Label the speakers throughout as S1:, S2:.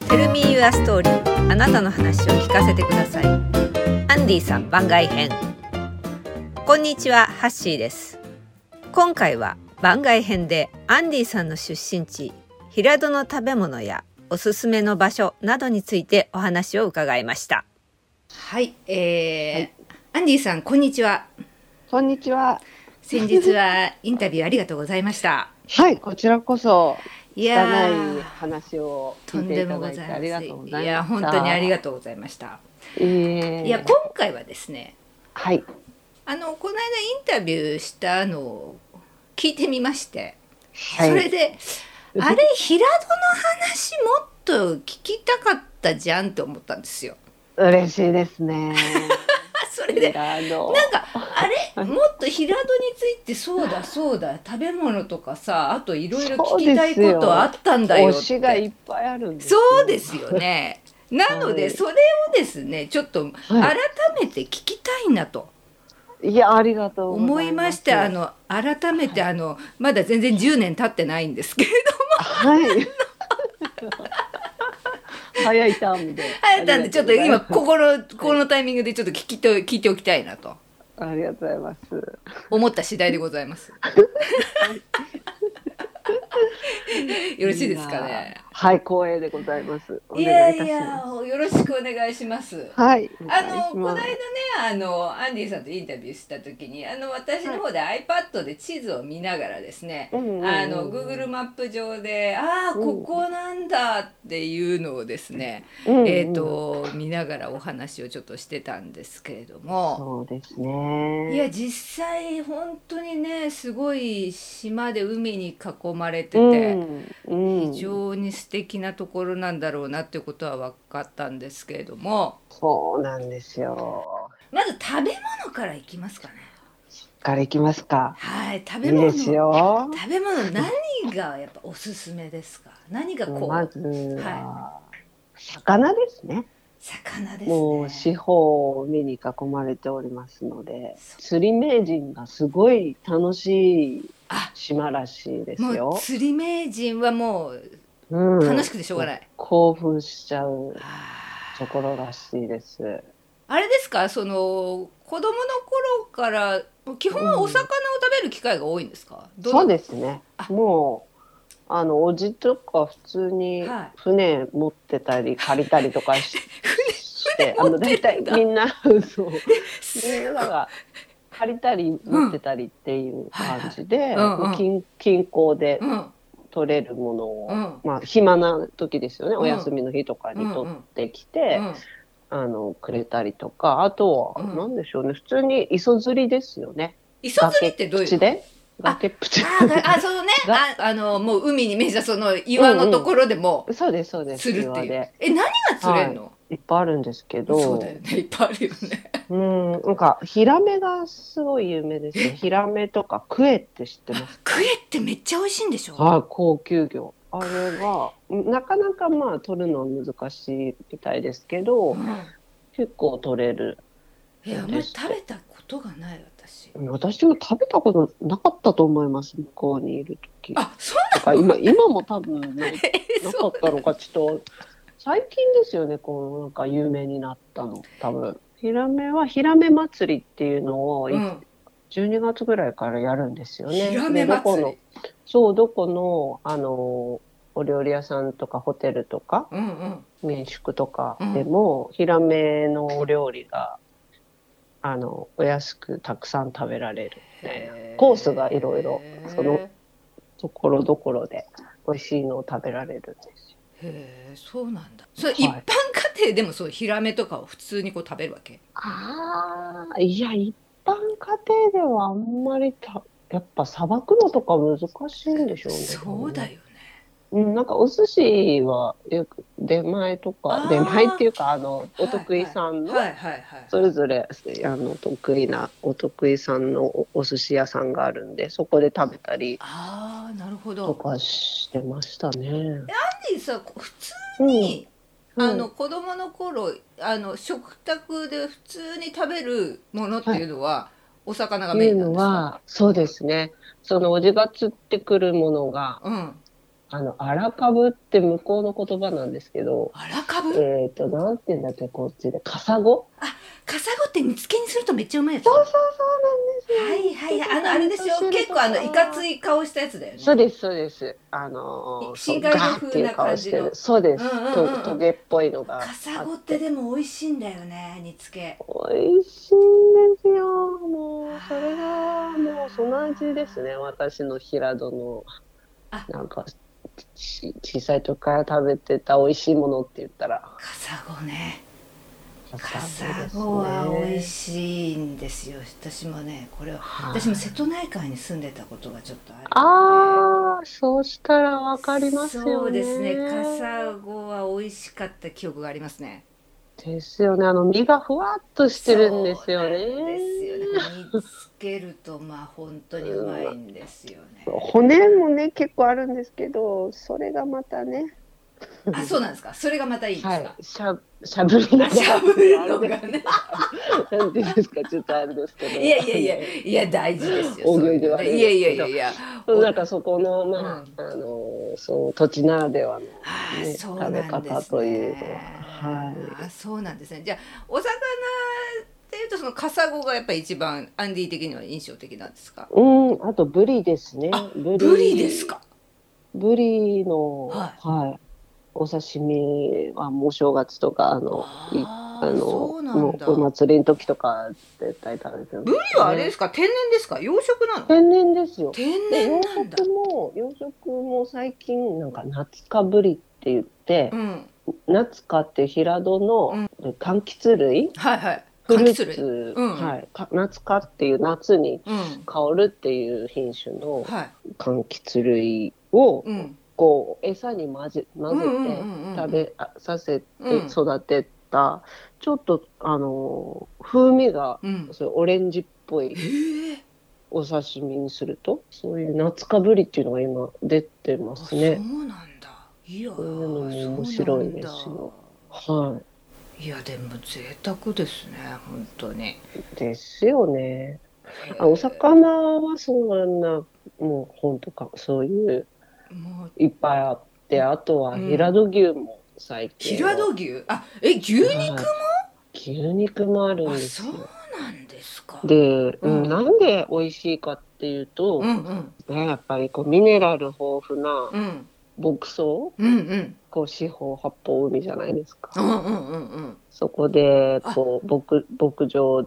S1: Tell me your story あなたの話を聞かせてくださいアンディさん番外編こんにちはハッシーです今回は番外編でアンディさんの出身地平戸の食べ物やおすすめの場所などについてお話を伺いましたはい、えーアンディさんこんにちは
S2: こんにちは。
S1: 先日 はインタビューありがとうございました
S2: はい、こちらこそ、
S1: い
S2: 汚
S1: ー
S2: い話を
S1: と
S2: 聞い
S1: ん
S2: て
S1: で
S2: いた
S1: も
S2: だ
S1: ご
S2: いて
S1: ざ
S2: あり
S1: い
S2: が
S1: ま
S2: とうございま
S1: せ
S2: した。
S1: んいや本当にあり
S2: が
S1: がとうございました
S2: とう。え
S1: いや今回はですね
S2: はい、
S1: あのこの間インタビューしたのを聞いてみまして、
S2: はい
S1: それであれ平戸の話もっと聞きたかったじゃんって思ったんですよ。
S2: 嬉しいですね。
S1: あそれ で
S2: あの、
S1: なん かあれもっと平戸についてそうだそうだ食べ物のとかさあといろいろ聞きたいことあったんだよ
S2: 推
S1: って
S2: しがいっぱいあるんですよ。
S1: そうですよね。なの
S2: は
S1: で
S2: い
S1: それをですねちょっと
S2: は
S1: 改め
S2: い
S1: て聞きたいなと。
S2: いや、ありがとうご
S1: 思
S2: ざ
S1: い
S2: いま。
S1: ますしてあ、の改めてあの、まだ全然10年経ってないんです けれども
S2: はい。 早いターンで。
S1: あなんでちょっと今
S2: こ。
S1: ここのこのタイミングでちょっと聞きと聞いておきたいなと
S2: ありがとうございます。
S1: 思った次第でござい ます。よろしいですかね。
S2: はい、光栄でございます。お
S1: い
S2: 願
S1: や
S2: いいた
S1: い
S2: し
S1: や
S2: ます。
S1: よろしくお願いします。
S2: はい。お
S1: あ
S2: 願いします
S1: のこの間ねあのアンディさんとインタビューした時にあの私の方で iPad で地図を見ながらですね、
S2: うんうんうん
S1: あの Google マップ上でああ
S2: うん
S1: ここなんだっていうのをですね、
S2: うんうん
S1: えっ、と見ながらお話をちょっとしてたんですけれども。
S2: そうですね。
S1: いや実際本当にねすごい島で海に囲まれてて、
S2: うんう
S1: 非
S2: ん
S1: 常に素敵なところなんだろうなっていうことは分かったんですけれども
S2: そうなんですよ。
S1: まず食べ物からいきますかね。
S2: からいきますか。
S1: はい、食
S2: い
S1: べ
S2: い
S1: 物。
S2: ですよ。
S1: 食べ物何がやっぱおすすめですか。何がこう、
S2: まずは、魚ですね。
S1: 魚ですね。
S2: もう四方を海に囲まれておりますので、
S1: そう
S2: 釣り名人がすごい楽しい
S1: あ
S2: 島らしいです
S1: もう
S2: よ。
S1: 釣り名人はもう
S2: うん
S1: 楽しくてしょうがない。
S2: 興奮しちゃう
S1: あ
S2: ところらしいです。
S1: あれですか、その子供の頃から基本はお魚を食べる機会が多いんですか。ど
S2: そう
S1: な
S2: ですね
S1: あ。
S2: もうあのおじとか普通に
S1: はい
S2: 船持ってたり借りたりとか し,して、あ
S1: 持
S2: の
S1: って
S2: 大
S1: た
S2: 体
S1: んだ
S2: み んなそうみんなが借りたり持ってたりっていう感じで、
S1: はいはいうんうん
S2: 近近郊で
S1: うん
S2: 取れるものを、
S1: うん
S2: まあ暇な時ですよね。
S1: ん
S2: お休みの日とかに取ってきて、
S1: うん。
S2: あのくれたりとか、あとは
S1: うん
S2: なんでしょうね。普通に磯釣りですよね。
S1: 磯釣りってどういう
S2: 崖っぷち
S1: の。
S2: で崖っぷち。
S1: あがあ、そ のね、あ、あの、もう海に面したその岩のところでも
S2: そうですそうです
S1: 釣るって
S2: 岩
S1: いう。
S2: で
S1: え、何が釣れるの。
S2: いっぱいあるんですけ
S1: そう
S2: ど
S1: だよね。いっぱいあるよね。
S2: うんなんかヒラメがすごい有名で すねヒラメとかクエって知ってます
S1: クエってめっちゃ美味しいんでしょ。
S2: はい高級魚あれはなかなかまあ取るのは難しいみたいですけど
S1: うん
S2: 結構取れる
S1: いや、あんまり食べたことがない私。
S2: 私も食べたことなかったと思います向こうにいる時
S1: あ、そう
S2: とか 今今も多分なな
S1: な
S2: か
S1: の
S2: っ。たのかちょっと最近ですよねこのなんか有名になったの多分ヒラメはヒラメ祭りっていうのを
S1: う
S2: い
S1: ん。
S2: 12月ぐらいからやるんですよね。
S1: ヒラメ
S2: でどこ
S1: 祭
S2: の
S1: り。
S2: そうどこのあのお料理屋さんとかホテルとか
S1: うんうん。
S2: 民宿とかでも、ヒラメのお料理があのお安くたくさん食べられるみたいなコースがいろいろその
S1: へ
S2: ところどころで美味しいのを食べられるんですよ。
S1: え、そうなんだ。それ
S2: はい
S1: 一般家庭でもそうヒラメとかを普通にこう食べるわけ。
S2: ああいや一般家庭ではあんまりたやっぱさばくのとか難しいんでしょうね。
S1: そうだよね。
S2: うん、なんかお寿司はよく出前と
S1: あー
S2: か出前っていうかあの
S1: はい
S2: お得意さんの
S1: はいはいはい。
S2: それぞれあの得意なお得意さんのおお寿司屋さんがあるんでそこで食べたり
S1: ああ、なるほ
S2: と
S1: ど。
S2: かしてましたね。
S1: でさ、普通
S2: うん
S1: にあの子供の頃あの食卓で普通に食べるものっていうのは、お魚が
S2: って
S1: メ
S2: い
S1: イ
S2: う
S1: ンなん
S2: の
S1: ですか。
S2: はそうですねそのおじが釣ってくるものが
S1: うん。
S2: あの、荒株って向こうの言葉なんですけど、
S1: あらかぶ、
S2: えっ、と、なんて言うんだっけ、こっちで、カサゴ
S1: カサゴって煮付けにするとめっちゃうまいやつ。
S2: そう
S1: は
S2: そうそうなんです
S1: いは
S2: よ。
S1: いはい。あの、あれでしょ結構あの、いかつい顔したやつだよね。
S2: そうです、そうです。あのー、
S1: 深海魚
S2: そうガーってい
S1: 風
S2: う顔して
S1: な感じの
S2: る。そうです。
S1: うんうんうんうん
S2: とトゲっぽいのがあって。
S1: カサゴってでも美味しいんだよね、煮付け。
S2: 美味しいんですよ。もう、それが、もう、その味ですね。私の平戸の
S1: あ、
S2: なんか、ち小さい時から食べてた美味しいものって言ったら、
S1: カサゴね。カ
S2: カ
S1: サ
S2: ゴですね
S1: ゴは美味しいんですよ。私もね、これは。
S2: はい
S1: 私も瀬戸内海に住んでたことがちょっとあるので。
S2: ああ、そうしたらわかりますよね。
S1: そうですね。カサゴは美味しかった記憶がありますね。
S2: ですよね。あの、身がふわっとしてるんですよね。
S1: そうなんですよね。煮つけるとまあ本当にうまいんですよね。
S2: 骨もね、結構あるんですけど、それがまたね、
S1: あ、そうなんですか。それがまたいいんですか。
S2: はい、しゃ、しゃぶりな
S1: あしゃぶるのがね。
S2: なんていうんですか、ちょっとあれですけど。
S1: いやいやいや、いや大事ですよ。
S2: 大
S1: そ
S2: 食
S1: う
S2: いで
S1: いう
S2: は
S1: の
S2: あ
S1: ね
S2: るん
S1: いやいや
S2: ですけど
S1: いやいや。
S2: そうなんかそこの、まあ、あの、そう、土地ならではの、ね
S1: あーそうなん
S2: 食
S1: で
S2: べ
S1: すね
S2: 方というのは。はい。
S1: あ、そうなんですね。じゃあお魚っていうとそのカサゴがやっぱり一番アンディ的には印象的なんですか。
S2: うん、あとブリですね
S1: あ。
S2: ブ
S1: ブリですか。
S2: ブリの、
S1: は
S2: はい、お刺身はもうお正月とか、あの、い
S1: あ
S2: あ
S1: ー
S2: の、
S1: そうな
S2: も
S1: んだ。
S2: うお
S1: ブ
S2: 祭りの時とか、絶対食べてる、
S1: リはあれですか。天然ですか。養殖なの。
S2: 天然ですよ。
S1: 天
S2: で
S1: 然
S2: 養
S1: なんだ
S2: 殖。も、養殖も最近、なんか、夏かぶりって言って
S1: う、ん。
S2: 夏かって平戸の、柑橘類
S1: はいはい。
S2: フル
S1: 柑
S2: ー
S1: 橘類
S2: ツ、
S1: うん
S2: はい、か夏かっていう夏に
S1: うん。
S2: 香るっていう品種の
S1: はい。
S2: 柑橘類を、
S1: うん。
S2: こう、餌に混ぜ、混ぜて、
S1: うんうんうんうん
S2: 食べあさせて
S1: うん
S2: 育てた、ちょっと、あのー、風味が、
S1: うん。
S2: そういうオレンジっぽい
S1: へえ。
S2: お刺身にすると、そういう夏かぶりっていうのが今出てま
S1: あ
S2: す
S1: そう
S2: ね。
S1: なんだ。いや。
S2: そういうのも面白いですよ
S1: そうなんだ
S2: はい
S1: やでも贅沢ですね本当に。
S2: い。ですよね。あお魚はそうなんな、もう本当か、そういう、
S1: もう
S2: いっぱいあって、あとは
S1: うん
S2: 平戸牛も最近。
S1: 平戸牛あえ牛肉
S2: はい牛肉もあるん
S1: あ
S2: です
S1: そう
S2: よ。
S1: なんですか。
S2: で、うん
S1: うん
S2: なんで美味しいかっていうと
S1: う、んうん
S2: ね、やっぱりこうミネラル豊富な
S1: うん
S2: 牧草、
S1: うんうん
S2: こう四方八方海じゃないですか。
S1: うんうんうんうん。
S2: そこで、こう、牧、牧場。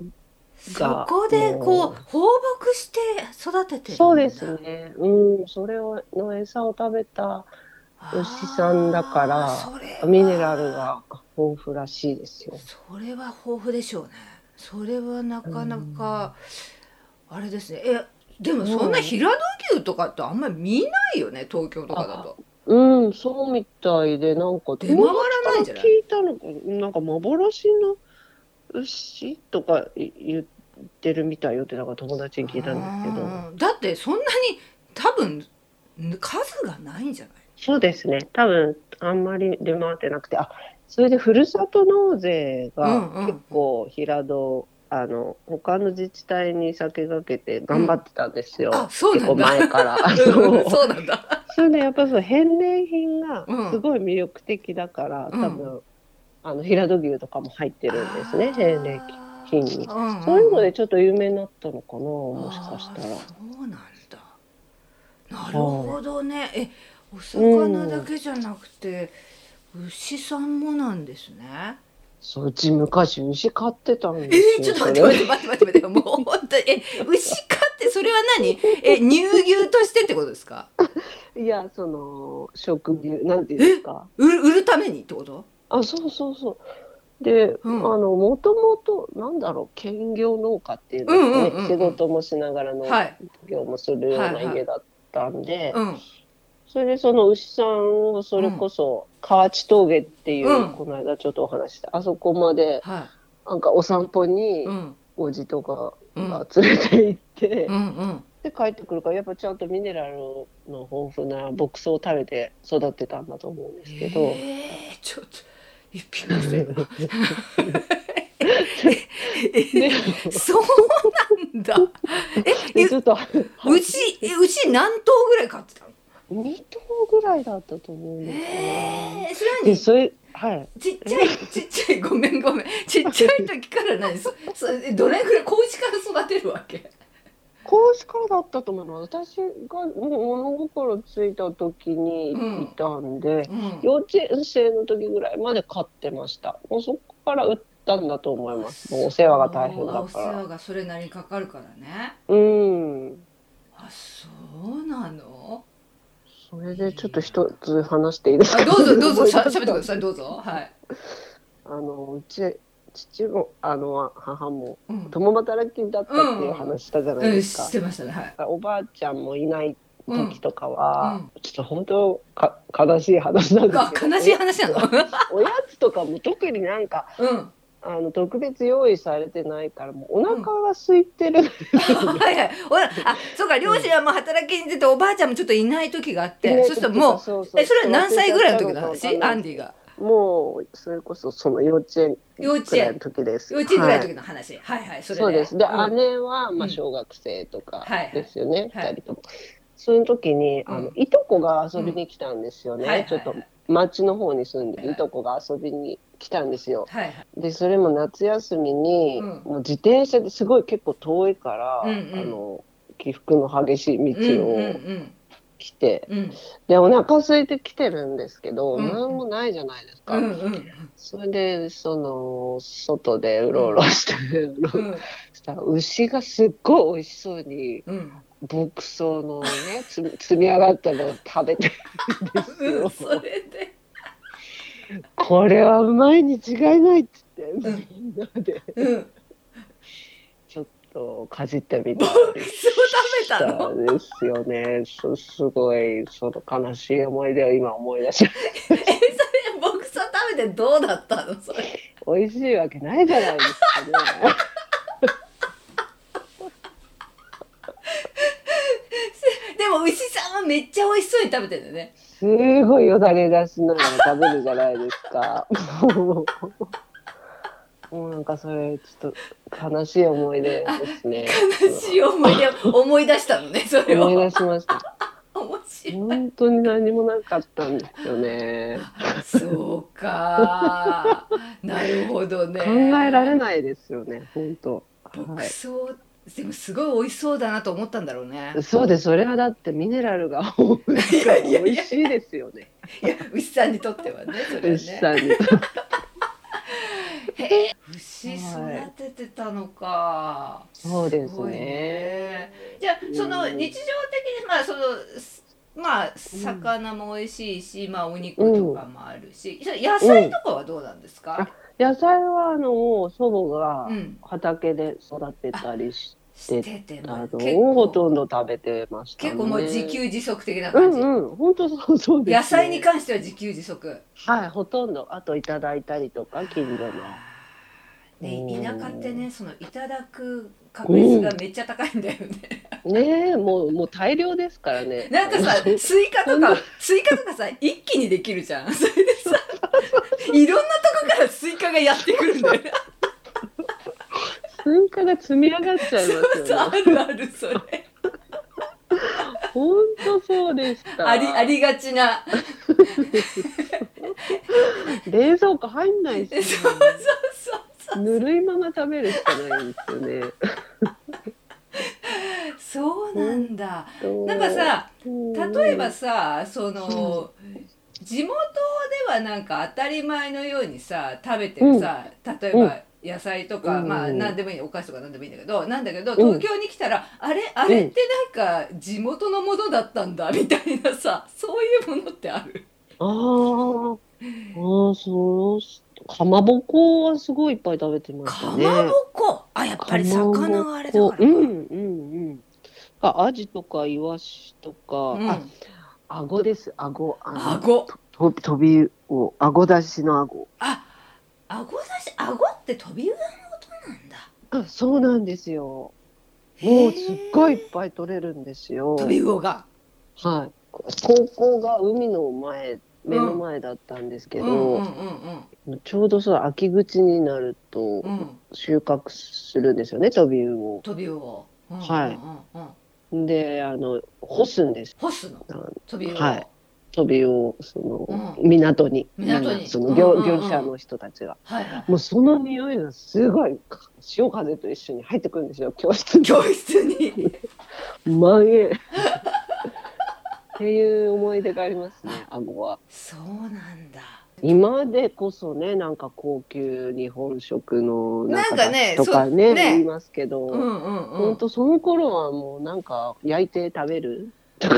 S1: そこでこう放牧して育ててるんだ。
S2: そうですね。うん、それを、の餌を食べた
S1: あー。
S2: 牛さんだから
S1: それは
S2: ミネラルが豊富らしいですよ。
S1: それは豊富でしょうね。それはなかなか、あれですね。え、でもそんな平戸牛とかってあんまり見ないよね、東京とかだと。
S2: うん、そうみたいで、なんか、
S1: 出回らないんじゃない
S2: 聞いたの、なんか幻の牛とかい言ってるみたいよって、なんか友達に聞いたんですけど。
S1: うんだってそんなに多分数がないんじゃない
S2: そうですね。多分、あんまり出回ってなくて、あ、それでふるさと納税が
S1: うんうん
S2: 結構平戸、あの、他の自治体に先駆けて頑張ってたんですよ。
S1: あ、そう
S2: 結
S1: な
S2: 構
S1: んだ。
S2: 前から。
S1: うんそうなんだ。
S2: それでやっぱりそう返礼品が
S1: うん
S2: すごい魅力的だから、
S1: うん
S2: 多分あの平戸牛とかも入ってるんですね返礼品に、
S1: うんん
S2: そういうのでちょっと有名になったのかなもしかした
S1: あー
S2: ら
S1: そうなんだなるほどねえお魚だけじゃなくて、牛さんもなんですね
S2: そううち昔牛飼ってたん
S1: え
S2: です
S1: ー、ちょ
S2: よ
S1: っと待って待って待って待って待ってもう本当にえ牛かってそれは何え乳牛としてってことですか
S2: それいやその食牛なんていうんですか
S1: 売る売るためにってこと
S2: あそうそうそうで、
S1: うん
S2: あのもともとなんだろう兼業農家っていうんですかね、
S1: うんうんうんうん
S2: 仕事もしながら農
S1: はい
S2: 業もするよう
S1: は
S2: ない
S1: はい
S2: 家だったんで、
S1: うん
S2: それでその牛さんをそれこそ河内峠っていう、
S1: うん
S2: この間ちょっとお話ししたあそこまで
S1: は
S2: なんかお散歩
S1: い
S2: に
S1: うん
S2: おじとか
S1: うん
S2: が連れて行って、
S1: うんうん
S2: で帰ってくるからやっぱちゃんとミネラルの豊富な牧草を食べて育ってたんだと思うんですけど、
S1: えー、ちょっとえびっくりした今
S2: で
S1: えそうなんだえ
S2: でちょっと
S1: 牛え牛何頭ぐらい飼ってたの？
S2: 2頭ぐらいだったと思うんですよね。
S1: えー、それは
S2: で
S1: ね
S2: それはい
S1: ちっちゃいちっちゃい ごめんごめんちっちゃい時から何そそれどれぐらい子牛から育てるわけ
S2: 公子からだったと思うの私が物心ついた時にいたんで、
S1: うん
S2: 幼稚園生の時ぐらいまで飼ってましたもうそこから売ったんだと思いますもうお世話が大変だ
S1: お世
S2: から
S1: 話がそれなりにかかるからね
S2: うん
S1: あそうなの
S2: それでちょっと一つ話していいです
S1: あ
S2: か
S1: どうぞどうぞしゃべってくださいどうぞはい、
S2: あのうち父もあの母も
S1: うん、
S2: 共働きだったっていう話したじゃな
S1: う
S2: い
S1: ん、
S2: ですか
S1: 知っ、てましたねはい
S2: おばあちゃんもいない時とか
S1: う
S2: は、
S1: んうん
S2: ちょっと本当か悲しい話なんです
S1: あ
S2: けど
S1: 悲しい話なの
S2: おやつとかも特になんか
S1: うん
S2: あの特別用意されてないからもうお腹が空いてる、
S1: はいはいほらあそうか両親はもう働きに出ておばあちゃんもちょっといない時があって、
S2: ね
S1: そうするともう
S2: そうそう
S1: えそれは何歳ぐらいの時の話アン
S2: デ
S1: ディが
S2: ィもうそれこそその幼稚園
S1: 幼稚園
S2: ぐらいの時です
S1: 幼稚園ぐらいの
S2: は
S1: 時の話、はい、はいそれ
S2: そうですで、
S1: うん
S2: 姉は
S1: う
S2: まあ
S1: ん
S2: 小学生とか
S1: はいはい
S2: ですよね、二
S1: はい
S2: 人とも。その時にあ
S1: う
S2: の
S1: ん
S2: いとこが遊びに来たんですよね、
S1: うんはいはい
S2: ちょっと町の方に住んで
S1: はい
S2: るいとこが遊びに来たんですよ。
S1: はいはい
S2: でそれも夏休みに、
S1: うん
S2: もう自転車ですごい結構遠いから、
S1: うんうん
S2: あの起伏の激しい
S1: うん
S2: 道
S1: う
S2: を
S1: ん
S2: 来て、
S1: うん
S2: でお腹空いてきてるんですけど、
S1: うん
S2: 何もないじゃないです
S1: う
S2: か、
S1: んうん
S2: それでその外でうろうろしてうろう
S1: う
S2: ろ
S1: ん
S2: したら牛がすっごい美味しそうに
S1: うん
S2: 牧草のねつ積み上がったのを食べて るんです
S1: うん
S2: よ
S1: それで
S2: これはうまいに違いないっつって
S1: ん
S2: みんなで
S1: うん
S2: ちょっとかじってみたり
S1: 草食べたの
S2: したんですよねすすごいその悲しい思い出を今思い出し
S1: えそれ僕草食べてどうだったのそれ
S2: 美味しいわけないじゃないですかね。
S1: でも牛さんはめっちゃ美味しそうに食べてるよね
S2: すごいよだれ出しながら食べるじゃないです か。もうもうなんかそれちょっと悲しい思い出ですね。
S1: 悲しい思い出を思い出したのねそれを
S2: 思い
S1: 面
S2: 出しました。
S1: 白い
S2: 本当に何もなかったんですよね。
S1: そうかなるほどね
S2: 考えられないですよね。本当。は
S1: 牧草、でもすごい美味しそうだなと思ったんだろうね
S2: い。そうです。それはだってミネラルが多いから
S1: いやいやいや
S2: 美味しいですよね。
S1: いや牛さんにとってはねそれは
S2: 牛
S1: ね
S2: さんに。
S1: 牛育ててたのか、
S2: そうですす
S1: ごい
S2: ね。
S1: ねじゃあその
S2: うん
S1: 日常的にまあそのすまあ魚も美味しいし、まあお肉とかもあるし、それ野菜とかはどうなんですか？
S2: 野菜はあのもう祖母が
S1: うん、
S2: 畑で育てたりして。
S1: してて
S2: あ
S1: も
S2: の
S1: 結
S2: ほと
S1: 構
S2: んど食べてました、ね。
S1: 結構もう自給自足的な
S2: う
S1: 感じ。
S2: んうん、本当そうそうです、
S1: 野菜に関しては自給自足。
S2: はい、ほとんど、あといただいたりとか、近所の。う
S1: で
S2: ん
S1: 田舎ってねそのいただく確率がめっちゃ高いんだよね。
S2: ねえ、もう、もう大量ですからね。
S1: なんか さ、スイカとか、スイカとかさ、一気にできるじゃん。それでさ、 いろんなとこからスイカがやってくるんだよね。
S2: スイカが積み上がっちゃいま
S1: そう
S2: す
S1: そう
S2: よ
S1: あ
S2: ね。
S1: るある、それ。
S2: 本当そうでした。
S1: あり、ありがちな。
S2: 冷蔵庫入んない し、
S1: そうそうそうそう。
S2: ぬるいまま食べるしかないんですよね。
S1: そうなんだ。
S2: と
S1: なんか、さ、
S2: うん
S1: 例えば、さ、その、地元ではなんか当たり前のようにさ食べてるさ、例えば野菜とか、
S2: うん
S1: まあ何でもいいお菓子とか何でもいいんだけどなんだけど
S2: うん
S1: 東京に来たら、あれあれってなんか地元のものだったんだみたいなさそういうものってある
S2: あーあー、そう、かまぼこはすごいいっぱい食べてまし
S1: か
S2: た
S1: ま
S2: ね。
S1: ぼこあやっぱり魚があれだから
S2: う、んうんうん。あ、アジとかイワシとか、
S1: うん
S2: あ、顎です、顎、あの
S1: あご
S2: と飛びを、顎出しの顎。
S1: ああごだしあごって飛び上の音なんだ
S2: あ、そうなんですよ。もうすっごいい
S1: へ
S2: っ
S1: ー
S2: ぱい取れるんですよ。
S1: 飛び魚が
S2: はい。高校が海の前、目の前だったんですけ
S1: うん
S2: ど、
S1: うんうんうん
S2: ちょうどその秋口になると
S1: うん
S2: 収穫するんですよね、飛び魚を。
S1: 飛び魚うんうんうんうん
S2: はいで、あの、干すんです。
S1: 干すの
S2: あの
S1: トビウオ
S2: はい飛びを、その、
S1: う
S2: 港に。
S1: 港に
S2: その
S1: う
S2: 業、
S1: んうんうん
S2: 業者の人たちが。
S1: はいはい
S2: もうその匂いがすごい、潮風と一緒に入ってくるんですよ、教室に。
S1: 教室に
S2: 蔓 延。っていう思い出がありますね、アモは。
S1: そうなんだ
S2: 今でこそね、なんか高級日本食の
S1: なんか
S2: だ
S1: ね
S2: とかね
S1: そうね
S2: 言いますけど、
S1: うんうん
S2: ほ
S1: うん
S2: んとその頃はもうなんか焼いて食べるとか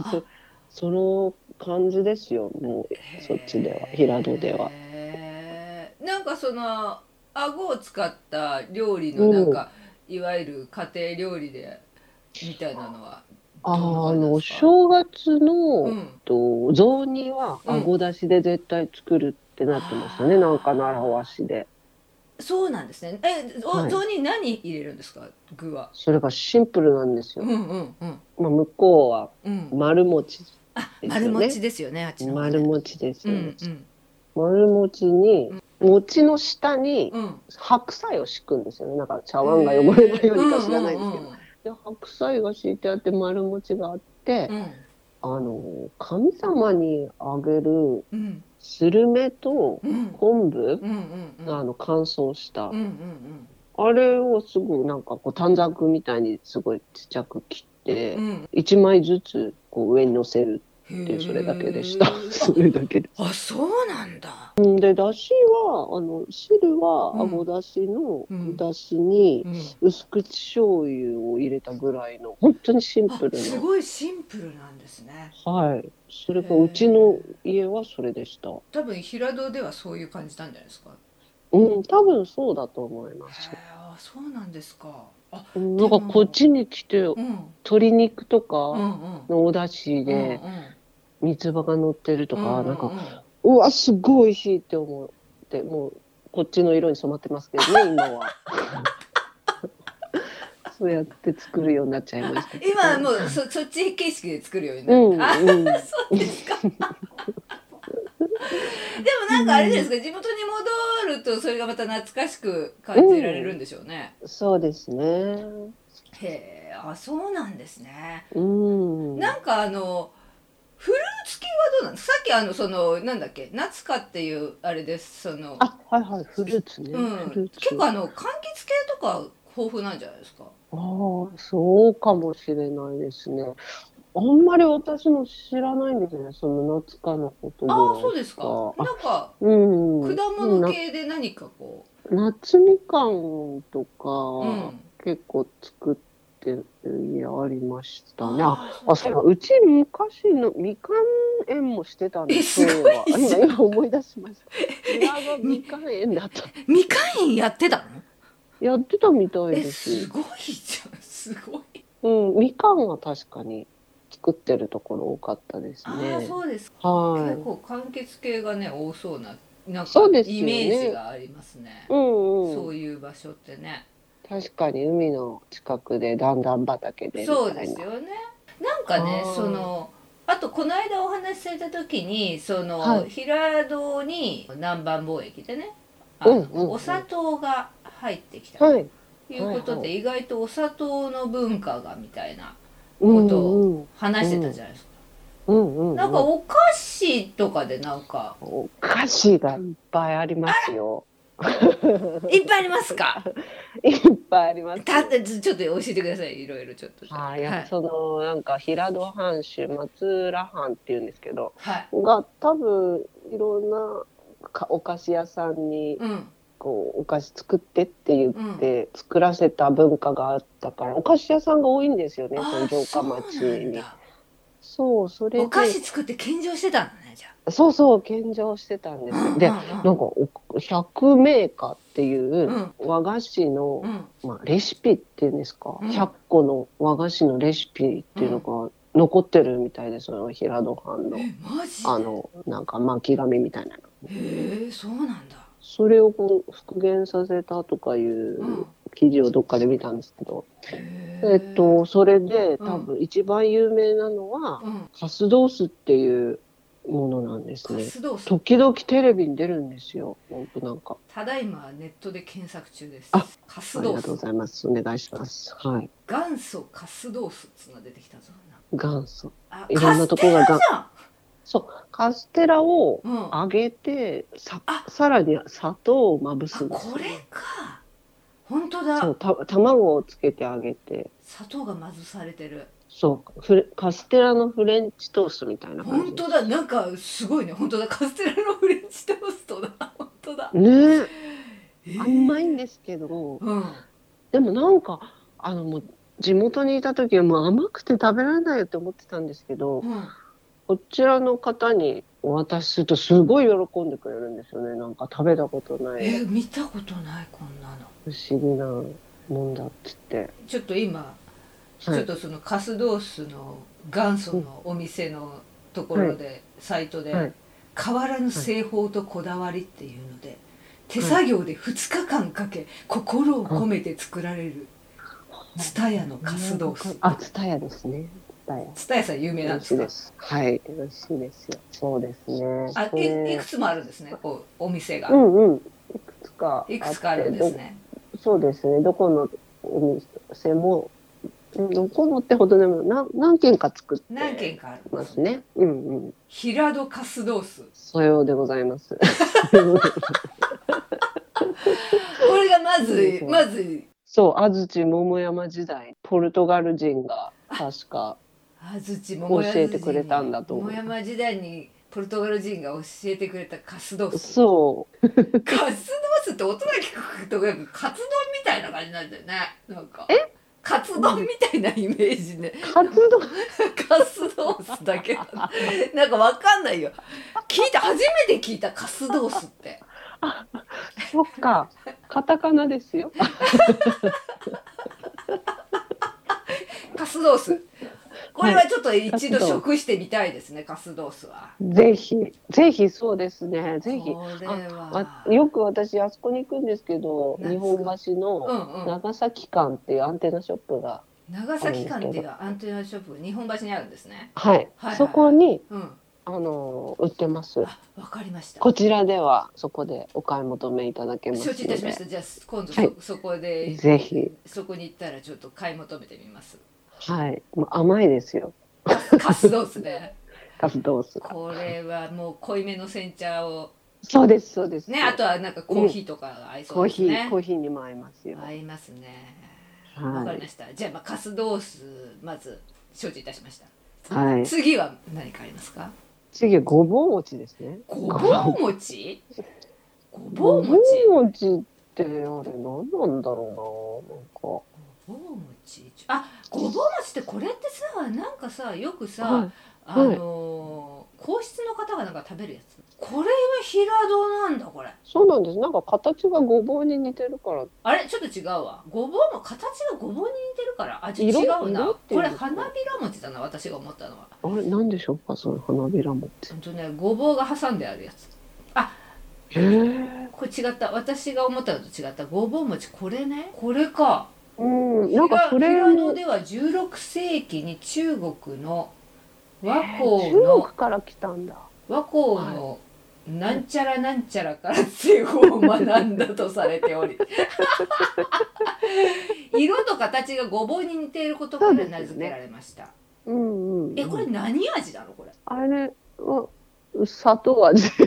S1: あ、
S2: その感じですよ、もうそっちでは、平戸では。
S1: へーなんかその顎を使った料理のなんか、いわゆる家庭料理でみたいなのは
S2: あの、お
S1: う
S2: 正月の、
S1: うん
S2: と雑煮は
S1: うん
S2: 顎出しで絶対作るってなってましたね、
S1: あー
S2: なんか習わしで
S1: そうなんですねえお
S2: はい
S1: 雑煮何入れるんですか具は
S2: それがシンプルなんです
S1: う
S2: よ、
S1: んうんうん
S2: まあ、向こうは
S1: うん
S2: 丸餅
S1: あ
S2: ですよね
S1: 丸餅ですよねあっちの方ね
S2: 丸餅です
S1: う
S2: よ、
S1: んうん
S2: 丸餅に餅の下に
S1: うん
S2: 白菜を敷くんですよねなんか茶碗が汚れないようにか知らないですけど、で白菜が敷いてあって丸餅があって
S1: う、んうん
S2: あの神様にあげる
S1: うん
S2: スルメと
S1: うんうん
S2: 昆布
S1: うんうんうん
S2: あの乾燥した
S1: うんうんうん
S2: あれをすぐなんかこう短冊みたいにすごいちっちゃく切って
S1: う、ん
S2: 一枚ずつこう上に乗せる
S1: へ
S2: っていう
S1: ー
S2: それだけでした。 それだけで
S1: あそうなんだ
S2: す。で、だしは、あの、汁は
S1: うん
S2: 顎だしの
S1: うん
S2: だしに
S1: うん
S2: 薄口醤油を入れたぐらいの、本当にシン
S1: あ
S2: プル
S1: す
S2: な。
S1: ごいシンプルなんですね
S2: はい。それ
S1: へ
S2: が
S1: ー
S2: うちの家はそれでした。
S1: 多分平戸ではそういう感じなんじゃないですか
S2: うん、多分そうだと思いま
S1: へ
S2: す。
S1: えあそうなんですかあ
S2: なんかこっちに来て、
S1: うん
S2: 鶏肉と
S1: うんう
S2: か
S1: ん
S2: のおだし
S1: うんうん
S2: で三つ葉が乗ってるとか、なんか
S1: うんうん
S2: うわ、すごい美味しいって思って、もう、こっちの色に染まってますけど ね、今は。 そうやって作るようになっちゃいま したけど。
S1: 今はもうそそっち形式で作るようにな
S2: う
S1: っ
S2: ん、
S1: た、あ
S2: うん。
S1: そうですかでもなんかあれじゃないですか地元に戻るとそれがまた懐かしく感じられるんでしょうね、
S2: そうですね。
S1: へえあそうなんですね
S2: うん。
S1: なんかあのフルーツ系はどうなんですかさっきあのそのなんだっけ夏かっていうあれですその
S2: あ、はいはい、フルーツね。
S1: うん
S2: フルーツ。
S1: 結構あの柑橘系とか豊富なんじゃないですか
S2: ああ、そうかもしれないですね。あんまり私も知らないんですよね、その夏かのことぐらい
S1: ああそうですか
S2: あ
S1: なんか
S2: うん。
S1: 果物系で何かこ
S2: な夏みかんとか、
S1: ううん
S2: 結構作ってる家ありましたね。あ、
S1: あ
S2: あそういえばうち昔のみかん園もしてたんです
S1: えすごい
S2: そうえば今今思い出しました。裏がみかん園だった。
S1: みかん園やってたの
S2: やってたみたい
S1: え
S2: です
S1: す。ごいじゃんすごい
S2: うん、みかんは確かに作ってるところ多かったです
S1: ああ
S2: ね。
S1: そうですか結
S2: は
S1: 構柑橘系がね多そうななんか
S2: そうですよ
S1: イ
S2: ね
S1: メージがありますね
S2: い。うんう
S1: そ
S2: ん。
S1: ういう場所ってね
S2: 確かに海の近くでだんだん畑でみたいな。
S1: そうですよねなんかね
S2: あー
S1: そのあとこの間お話しされた時にその、
S2: はい
S1: 平戸に南蛮貿易でねあの
S2: うんうんうん
S1: お砂糖が入ってきたと
S2: はい。
S1: いうことで、
S2: はいは
S1: 意外とお砂糖の文化がみたいな
S2: うん
S1: こと
S2: うん
S1: 話してたじゃないですか、
S2: うんうんうん。
S1: なんかお菓子とかでなんか
S2: お菓子がいっぱいありますよ。
S1: いっぱいありますか
S2: いっぱいありますよ。
S1: たちょっと教えてくださいいろいろちょっと
S2: はい、
S1: は
S2: や
S1: い、
S2: そのなんか平戸藩主松浦藩っていうんですけど
S1: はい
S2: が多分いろんなかお菓子屋さんに
S1: うん
S2: こうお菓子作ってって言って作らせた文化があったから、お菓子屋さんが多いんですよね
S1: あ
S2: その
S1: ー
S2: 城
S1: そ
S2: 下
S1: うなん
S2: 町に
S1: だ
S2: そうそれ
S1: お菓
S2: で
S1: 子作って献上してたのねじゃ
S2: そうそう献上してたんです
S1: あ
S2: よで
S1: うん
S2: なん
S1: うん
S2: かお100名家っていう
S1: う
S2: 和菓子の、
S1: うん
S2: まあ、レシピっていうんですか、
S1: うん
S2: 100個の和菓子のレシピっていうのが残ってるみたいですよ、平戸藩の
S1: えマジ
S2: あのなんか巻紙みたいなの
S1: へえそうなんだ、
S2: それをこう復元させたとかいう
S1: うん
S2: 記事をどっかで見たんですけど、
S1: へ
S2: えっとそれで多分一番有名なのは、
S1: うん
S2: カスドースっていうものなんです
S1: カ
S2: ね。
S1: ス動作
S2: 時々テレビに出るんですよ。本当なんか。
S1: ただいまネットで検索中です
S2: あ
S1: カス
S2: あり
S1: 動
S2: がとうご
S1: 作
S2: ざいます。お願いします。はい。
S1: 元祖カス動作っつうのが出てきたぞ
S2: 元祖。
S1: あ
S2: いろんなとこが
S1: カステラ
S2: そう。カステラを
S1: じゃん、うん、あ
S2: 揚げて、さ
S1: あ、
S2: さらに砂糖をまぶすんですよ
S1: これか本当だ
S2: そうた卵をつけて揚げて
S1: 砂糖がまずされてる
S2: そうフレカステラのフレンチトーストみたいな感じ
S1: 本当だなんかすごいね本当だカステラのフレンチトーストだ本当だ、
S2: ね
S1: え
S2: え
S1: ー
S2: 甘いんですけど
S1: うん
S2: でもなんかあのもう地元にいた時はもう甘くて食べられないよって思ってたんですけど
S1: うん
S2: こちらの方にお渡しするとすごい喜んでくれるんですよねなんか食べたことな
S1: え
S2: い
S1: ー見たことないこんなの
S2: 不思議なもんだっつって、
S1: ちょっと今ち
S2: は
S1: ょっ
S2: い、
S1: とそのカスドースの元祖のお店のところで、サイトで、
S2: はい
S1: 変わらぬ製法とこだわりっていうので手作業で2日間かけ心を込めて作られる蔦屋のカスドース
S2: あツタヤですねツタ
S1: 蔦
S2: ヤ
S1: 屋さん有名
S2: 美
S1: なんで
S2: 味し
S1: す
S2: い
S1: か
S2: ですはい美味しいですよそうですね
S1: あ
S2: これ
S1: いいくつもあるんですねこうお店が、
S2: うんうん。いくつかって。
S1: いくつかあるんですね
S2: どそうですね。どこのお店も、うんどこもってほどでも何何軒か作って
S1: 何軒かあるん
S2: ま
S1: です
S2: すね。うんうん。
S1: 平戸カスドース
S2: さようでございます。
S1: これがまず
S2: うん
S1: まず
S2: そう、安土桃山時代、ポルトガル人が 確か、
S1: 安土桃山
S2: 教えてくれたんだと思う
S1: 桃山時代にポルトガル人が教えてくれたカス ドース
S2: そう、
S1: カスドースって音が聞くとなんかカツ丼みたいな感じなんだよねなんかカツ丼みたいなイメージ ね
S2: カツ丼、
S1: カスドースだけ だななんかわかんないよ聞いた初めて聞いたカスドースって
S2: そっか、カタカナですよ。
S1: カスドースこれはちょっと一度食してみたいですねカスドースは
S2: ぜひ、ぜひそうですね、ぜひ。
S1: これ
S2: わ
S1: は
S2: よく私、あそこに行くんですけど、
S1: なんで
S2: 日
S1: すか
S2: 本橋
S1: う
S2: の
S1: んうん
S2: 長崎館っていうアンテナショップが
S1: 長崎館っていうアンテナショップ日本橋にあるんですね
S2: はい、
S1: はい
S2: そこに
S1: うん
S2: あの売ってます。
S1: あわかりました
S2: こちらではそこでお買い求めいただけます
S1: 承
S2: ので。
S1: 知いたしましたじゃあ今度そ,、
S2: はい
S1: そこで
S2: ぜひ、
S1: そこに行ったらちょっと買い求めてみます。
S2: はい、もう甘いですよ。
S1: カスドースね。
S2: カスドースが。
S1: これはもう濃いめの煎茶を
S2: そうですそうです。
S1: ね、あとはなんかコーヒーとかが合い
S2: コ
S1: そ
S2: ー
S1: うです
S2: ヒー、
S1: ね。
S2: コーヒーにも合いますよ。
S1: 合いますね。わか
S2: は
S1: りました。じゃあまあカスドースまず承知いたしました。
S2: い。はい。
S1: 次は何かありますか？
S2: 次はごぼう餅ですね。
S1: ごぼう餅？ごぼう
S2: ご
S1: 餅？
S2: ぼう餅ってあれ何なんだろう
S1: ごぼう餅？あ、ごぼう餅ってこれってさ、なんかさ、よくさ、
S2: な。なんか。
S1: あのー皇室の方がなんか食べるやつこれは平戸なんだこれ
S2: そうなんです。なんか形がごぼうに似てるから。
S1: あれちょっと違うわごぼうも形がごぼうに似てるから味違
S2: 色
S1: うな
S2: 色って
S1: こ
S2: いうん
S1: れ
S2: ですか
S1: 花びら餅だな私が思ったのは
S2: あれ、なんでしょうか、その花びら餅。
S1: ほんとねごぼうが挟んであるやつ
S2: へえ。
S1: これ違った私が思ったのと違ったごぼう餅これねこれか
S2: うん、なんかそれ
S1: 平平
S2: も
S1: 戸では16世紀に中国の和
S2: え
S1: 光
S2: ー中
S1: の
S2: 国から来たんだ。
S1: 和光のなんちゃらなんちゃらから製法を学んだとされており色と形がごぼうに似ていることから名付けられました、
S2: うんうん。
S1: えこれ何味なのこれ
S2: あれは砂糖味。
S1: 砂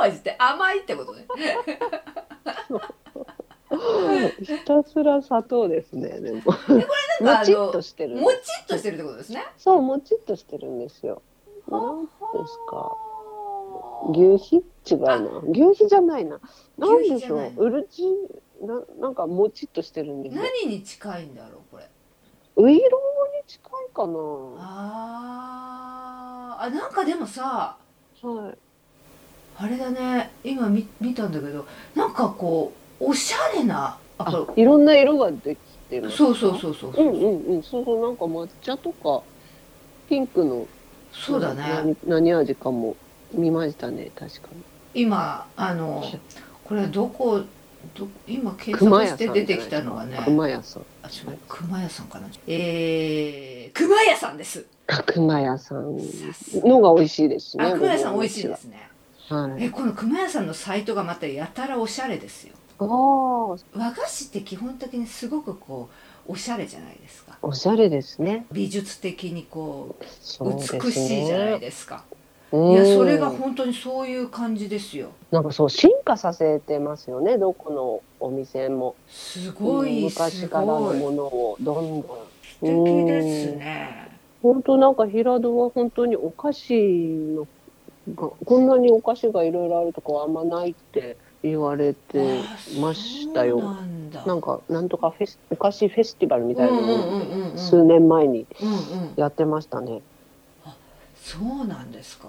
S1: 糖味って甘いってことね
S2: ひたすら砂糖ですね。でも。も
S1: なんかあ
S2: ちっ
S1: の
S2: としてる。
S1: もちっとしてるってことですね
S2: そう、もちっとしてるんですよ。なんですか。牛皮違うな。牛皮じゃないな。なん
S1: 牛皮
S2: で
S1: じ
S2: し
S1: ゃ
S2: ょ。
S1: ないう
S2: うるち。な、なんかもちっとしてるんですよ。
S1: 何に近いんだろうこれ
S2: ういろうに近いかな。
S1: あーあなんかでもさ
S2: はい。
S1: あれだね今見見たんだけどなんかこうおしゃれなあこ
S2: あ、いろんな色ができて
S1: れ
S2: る。
S1: そうそうそうそう、
S2: うんうんうん、そうそう、なんか抹茶とか、ピンクの、
S1: そうだね
S2: 何何味かも見ましたね、確か
S1: 今あのこれどこど今検
S2: 熊
S1: 索し
S2: 谷さんじ
S1: て出
S2: ゃない
S1: てきたのはね
S2: に。熊谷さん。
S1: あ違う熊谷さんかなえー、熊谷さんです
S2: 熊屋さんのが美味しいですね。
S1: あ熊屋さん美味しいですね
S2: 僕は。はい。
S1: えこの熊屋さんのサイトがまたやたらおしゃれですよ
S2: ああ、
S1: 和菓子って基本的にすごくこうおしゃれじゃないですか
S2: おしゃれですね。
S1: 美術的にこう
S2: そうですね
S1: 美しいじゃないですか
S2: うん
S1: いやそれが本当にそういう感じですよ
S2: なんかそう進化させてますよね。どこのお店も
S1: すごい
S2: 昔
S1: す
S2: からの
S1: ごい
S2: ものをどんどん。
S1: 素敵ですね
S2: 本当なんか平戸は本当にお菓子のがこんなにお菓子がいろいろあるとこはあんまないって言われて
S1: あ
S2: ましたよ。
S1: そう
S2: な
S1: なんだ
S2: んかなんとかフェスお菓子フェスティバルみたいな
S1: うんうん
S2: のを
S1: うんうんうん
S2: 数年前に
S1: うんうん
S2: やってましたね。
S1: そうなんですか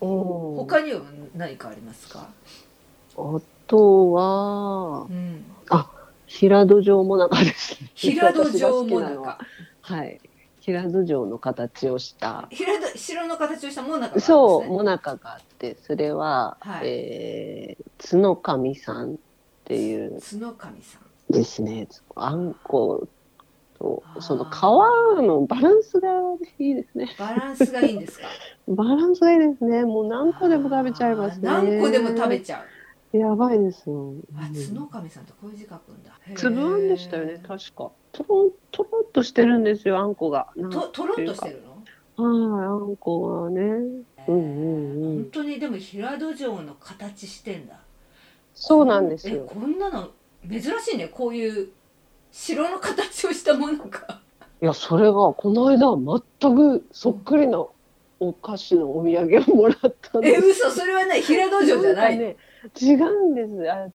S2: うん、あ
S1: 他には何かありますか
S2: とは
S1: うん
S2: 平戸城もなかですね。
S1: 平戸城も
S2: 私が好き
S1: な
S2: の
S1: ん
S2: は
S1: か
S2: はい平戸城の形をした
S1: 平戸城の形をしたもなかがあるんですね
S2: そう、もなかがあって、それは、
S1: はい
S2: えー、角神さんっていう
S1: 角神さん
S2: ですね、あんこと
S1: あ、ー
S2: その皮のバランスがいいですね。
S1: バランスがいいんですか
S2: バランスがいいですね。もう 何個でも食べちゃいますね。
S1: あー何個でも食べちゃう
S2: やばいですよ。
S1: あ角神さんってこういう字書くんだへー
S2: つぶあんでしたよね、確か。とろ、とろっとしてるんですよ、あんこが。なん
S1: と
S2: か
S1: とろっとしてるの
S2: はい、あんこがね。うんうんうん
S1: 本。当にでも平戸城の形してんだ
S2: そうなんです
S1: え
S2: よ。
S1: こんなの珍しいねこういう城の形をしたもの が
S2: いや、それが、この間、全くそっくりなお菓子のお土産をもらったん
S1: え
S2: です。
S1: 嘘それはね平戸城じゃない
S2: んかね。違うんです。あ、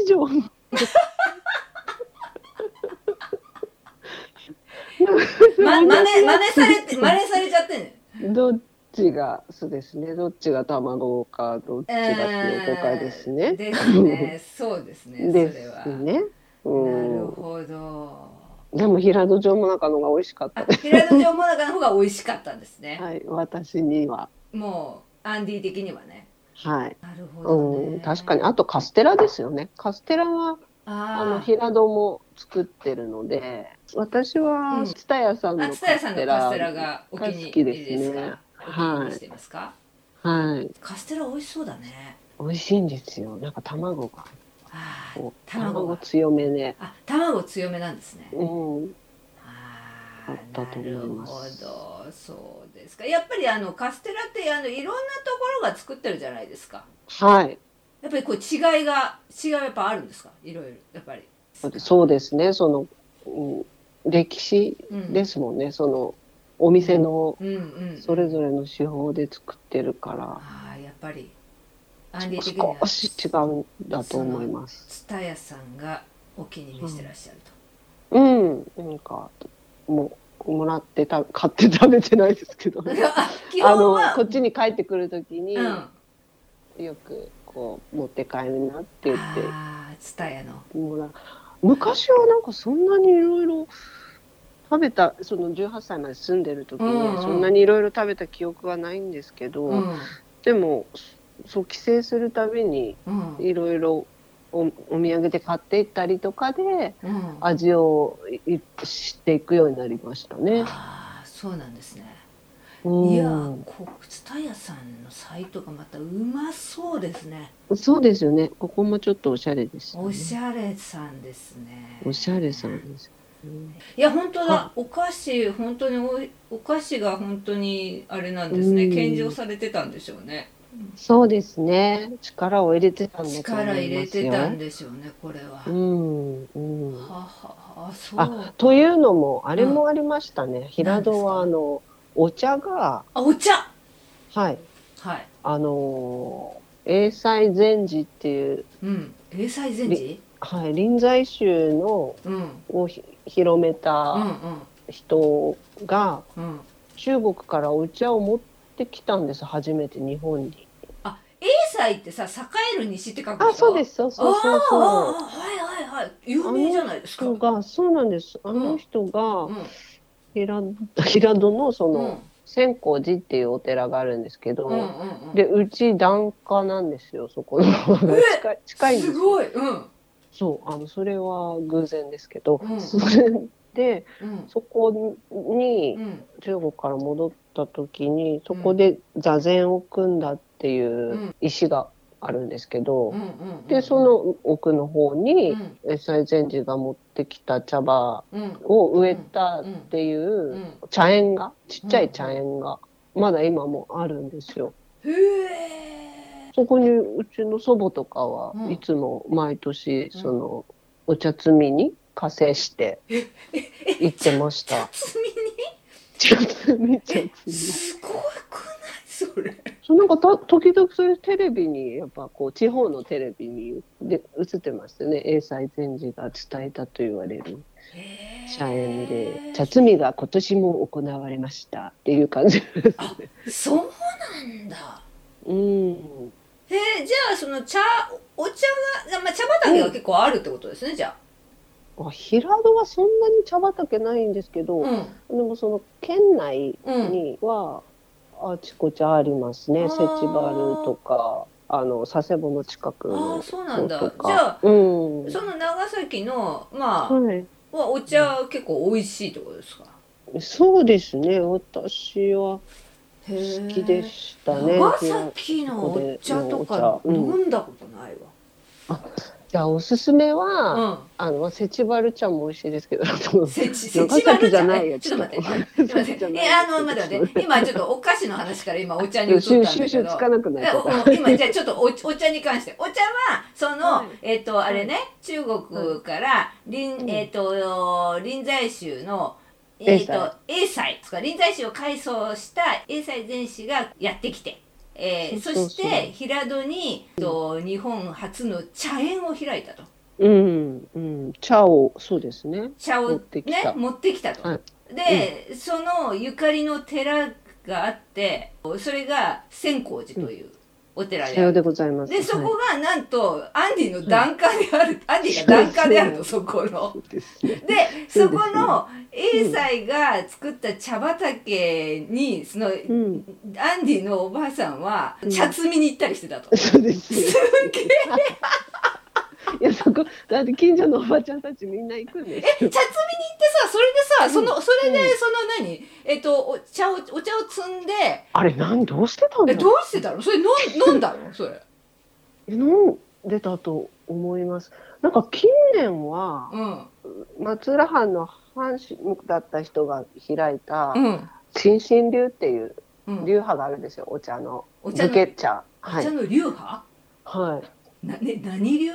S2: 以上。なんか
S1: ま真似真似されて真似されちゃ ってんね
S2: どっちが巣ですね。どっちが卵か、どっちが猫かですね。
S1: ですねそうですね
S2: で
S1: それは、
S2: すね。
S1: なる
S2: うん。
S1: ほど
S2: でも平戸城も中のが美味しかった
S1: あ
S2: で
S1: 平戸城もなかの方が美味しかったんですね、
S2: す。はい、私には。
S1: もうアンディ的にはね
S2: はい。
S1: なるほど、ね
S2: うん、確かに。あとカステラですよね。カステラは
S1: あ
S2: あ
S1: ー
S2: の平戸も作ってるので私
S1: う
S2: は
S1: ん
S2: 蔦屋さんの
S1: あ
S2: カ
S1: つ
S2: ス
S1: たやさんの
S2: テラ
S1: カステラがお気に入りですか
S2: 好きですね
S1: お気に入りしてますか、
S2: はい
S1: カステラ美味しそうだね
S2: 美味しいんですよなんか卵が
S1: あー
S2: こう
S1: 卵が
S2: 強めで、
S1: あ卵強めなんですね
S2: うん、
S1: あ
S2: あ
S1: ー
S2: ったと思います
S1: なるほどそうですかやっぱりあのカステラってあのいろんなところが作ってるじゃないですか
S2: はい
S1: やっぱりこう違いが違いはやっぱあるんですかいろいろやっぱり
S2: そうですねその、うん、歴史
S1: うん
S2: ですもんね、そのお店の
S1: うんうん
S2: それぞれの手法で作ってるから、
S1: ああやっぱりアンディ的には
S2: 少し違うんだと思います
S1: 蔦屋さんがお気に召してらっしゃると、
S2: うんなんかもうもらってた買って食べてないですけど
S1: あ 基
S2: あ
S1: 本
S2: の
S1: は
S2: こっちに帰ってくるときに、
S1: うん
S2: よくこう持って帰るなって言っ
S1: ああ蔦屋の
S2: てもらう昔はなんかそんなにいろいろ食べたその18歳まで住んでる時
S1: う
S2: に、
S1: んうん
S2: そんなにいろいろ食べた記憶はないんですけど、
S1: うん
S2: でもそう帰省するたびに
S1: うん
S2: いろいろおお土産で買っていったりとかで
S1: うん
S2: 味をい知っていくようになりましたね。
S1: ああそうなんですね
S2: うん
S1: いやーこ蔦屋さんのサイトがまたうまそうですね
S2: そうですよね。ここもちょっとおしゃれですよね、
S1: おしゃれさんですね
S2: おしゃれさんですよね。
S1: いや本当だ
S2: は
S1: お菓子本当においお菓子が本当にあれなんですね
S2: うん
S1: 献上されてたんでしょうね
S2: そうですね。力を入れてたんだと思
S1: 力
S2: いますよ。
S1: 入れてたんでしょうねこれは、は
S2: うん、うん。
S1: ははそう
S2: あ
S1: あ、
S2: というのも、あれもありましたね。平戸は、あ
S1: 何
S2: の、お茶が、
S1: お茶
S2: はい、
S1: はい
S2: あのー、英才禅寺っていう、
S1: うん英才禅師
S2: はい、臨済宗の
S1: うんうん
S2: をひ広め
S1: う
S2: た
S1: ん
S2: 人が、
S1: うん
S2: 中国からお茶を持ってきたんです、初めて日本に。
S1: あ英才ってさ栄える西って書くでしょ
S2: あ、そうです、そうそうそうそう。
S1: ああはいはいはい有名じゃないですか。
S2: 人がそうなんですあの人
S1: う
S2: が
S1: ん
S2: 平,、平戸 のそ
S1: うん
S2: の千光寺っていうお寺があるんですけど、
S1: うんうんうん
S2: でうち檀家なんですよそこの 近い近いんです
S1: すごいうん
S2: そうあのそれは偶然ですけど、
S1: うん
S2: それて
S1: うん
S2: そこに
S1: うん
S2: 中国から戻った時にそこで座禅を組んだってい
S1: うん
S2: う石があるんですけど、
S1: うんうん
S2: でその奥の方に
S1: うん
S2: 西禅寺が持ってきた茶葉
S1: うん
S2: を植えたっていううん茶園がちっちゃい茶園がまだ今もあるんですよ。
S1: へえ
S2: そこにうちの祖母とかは
S1: うん
S2: いつも毎年そのお茶摘みに加勢して行ってました。
S1: 積みに
S2: 茶摘み茶摘み。
S1: すごくないそれ
S2: そうなんかた時々それテレビにやっぱこう地方のテレビにで映ってましたね英才禅師が伝えたと言われる社員で茶摘みが今年も行われましたっていう感じです
S1: あそうなんだ
S2: うん
S1: えー、じゃあその茶お茶が、まあ、茶畑が結構あるってことですね、じゃあ、
S2: あ平戸はそんなに茶畑ないんですけど、
S1: うん
S2: でもその県内
S1: うん、
S2: にはあちこちありますね
S1: あー
S2: 設置バルとかあの佐世保の近く
S1: ああ
S2: の
S1: そうなん
S2: 方
S1: だ
S2: とか
S1: じゃあ
S2: うん
S1: その長崎のまあ、
S2: はい
S1: はお茶は結構美味しいってことですか
S2: そうですね。私は
S1: 好
S2: 好きでしたね。
S1: 長崎のお茶とか
S2: うん
S1: 飲んだことない
S2: じゃあおすすめは、
S1: わ。
S2: あのセチバル茶も美味しいですけど、あと
S1: うん。せちせ
S2: 長
S1: ちまる
S2: 崎じ
S1: じゃ
S2: ゃ
S1: な
S2: ないい
S1: よ。
S2: よ。
S1: ちょっと待って。す
S2: って
S1: いませ ん。え、あの、待って待って。今ちょっとお菓子の話から今お茶に移ったん
S2: 収
S1: だ
S2: 収
S1: け
S2: 集
S1: ど。
S2: つかなくな
S1: え
S2: いとか。
S1: お今じゃあちょっとおお茶に関してお茶はその、
S2: はい
S1: えっ、とあれね中国から臨、
S2: うん
S1: えっ、と臨済宗のえ
S2: 英
S1: っ、
S2: 才
S1: と英才ですか臨済宗を改装した英才禅師がやってきて、えーそ
S2: そ
S1: う
S2: そうそう
S1: して平戸に、えっと日本初の茶園を開いたと
S2: うんうん。茶をそうですね。
S1: 茶を
S2: 持
S1: ね
S2: ってきた
S1: 持ってきたと。
S2: はい
S1: で、そのゆかりの寺があってそれが千光寺というお寺で
S2: さ
S1: あ
S2: よ
S1: る
S2: うでございます。
S1: でそこ
S2: は
S1: がなんとアンディの檀家である、アンディが檀家であるとそこの
S2: い。。そうですね。
S1: でそこの英才が作った茶畑にそのアン
S2: うん。
S1: ディのおばあさんは
S2: うん
S1: 茶摘みに行ったりしてたと。
S2: そうですよ。いやそこだって近所のおばちゃんたちみんな行くんです
S1: 茶摘みに行っ
S2: よ
S1: てさそれでさそのそれで
S2: うん
S1: その何えっとお茶をお茶を摘んで
S2: あれ何どうしてたんだ
S1: え
S2: ろう
S1: どうしてたのそれ飲ん飲んだのそれ。
S2: 飲んでたと思います。なんか近年は
S1: うん
S2: 松浦藩の藩主だった人が開いた
S1: うん
S2: 新進流っていう
S1: うん。
S2: 流派があるんですよ、お茶の。
S1: お茶の
S2: 武家茶。は
S1: 茶
S2: い。
S1: の流派？
S2: は
S1: なね何流？
S2: い。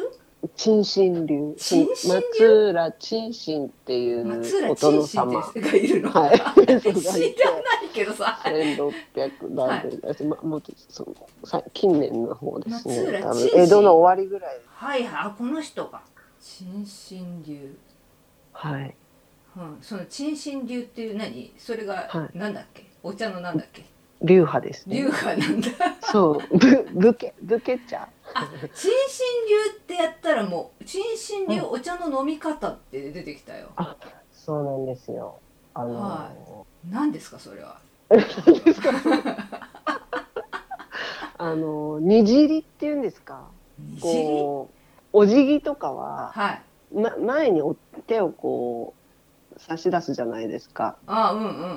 S2: 陳進流。
S1: 陳進流
S2: 松浦陳進っていう
S1: 松浦
S2: お殿
S1: 陳進
S2: 様。
S1: って人がいるの、
S2: はい
S1: 知らないけどさ
S2: 1600何年、まもっとそのさ近年の方です
S1: 松浦
S2: ね多
S1: 陳
S2: 分
S1: 進
S2: 江戸の終わりぐらい
S1: はいはいあこの人か陳進流、
S2: はい
S1: うん、その陳進流っていう何それが
S2: は
S1: なんだっけ、お茶のなんだっけ
S2: 流派です
S1: 流
S2: ね
S1: 派なん だ
S2: そうぶ武家武家茶
S1: あ陳進流ってやったらもう陳進流お茶の飲み方って出てきたよ、
S2: そうなんですよ。あの、
S1: は何ですかそれは
S2: あの、にじりっていうんですか。
S1: にじり
S2: こう、お辞儀とかは、
S1: はい
S2: ま、前にお手をこう、差し出すじゃないですか。
S1: あうんうんうんう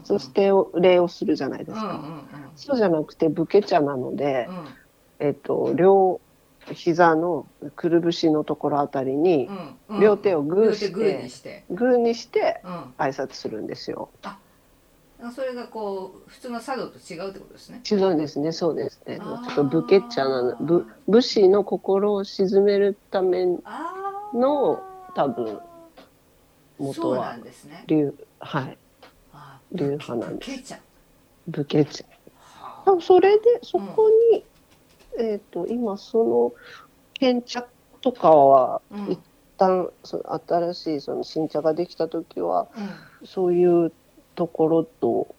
S1: ん
S2: そしてお礼をするじゃないで
S1: う
S2: す
S1: んうんうん
S2: か。そうじゃなくて、武家茶なので
S1: う、ん
S2: えっと、両膝のくるぶしのところあたりに
S1: う、んうん
S2: 両手をグー
S1: 両手
S2: して
S1: グーにして
S2: グーにして
S1: うん
S2: 挨拶するんですよ。
S1: それがこう普通の茶道と違うってことですね。
S2: 違うんですね、そうですね。ち
S1: あー
S2: ょっと武家茶なの、ぶ武士の心を鎮めるため
S1: あー
S2: の多分元
S1: そうな
S2: は
S1: んですね。
S2: 流はい
S1: あー
S2: 流派なんです
S1: けちゃん
S2: 武家茶
S1: は
S2: 多分それでそこに、えっ、と今その献茶とかは
S1: あうん
S2: 一旦その新しいその新茶ができた時は
S1: う
S2: そういうところと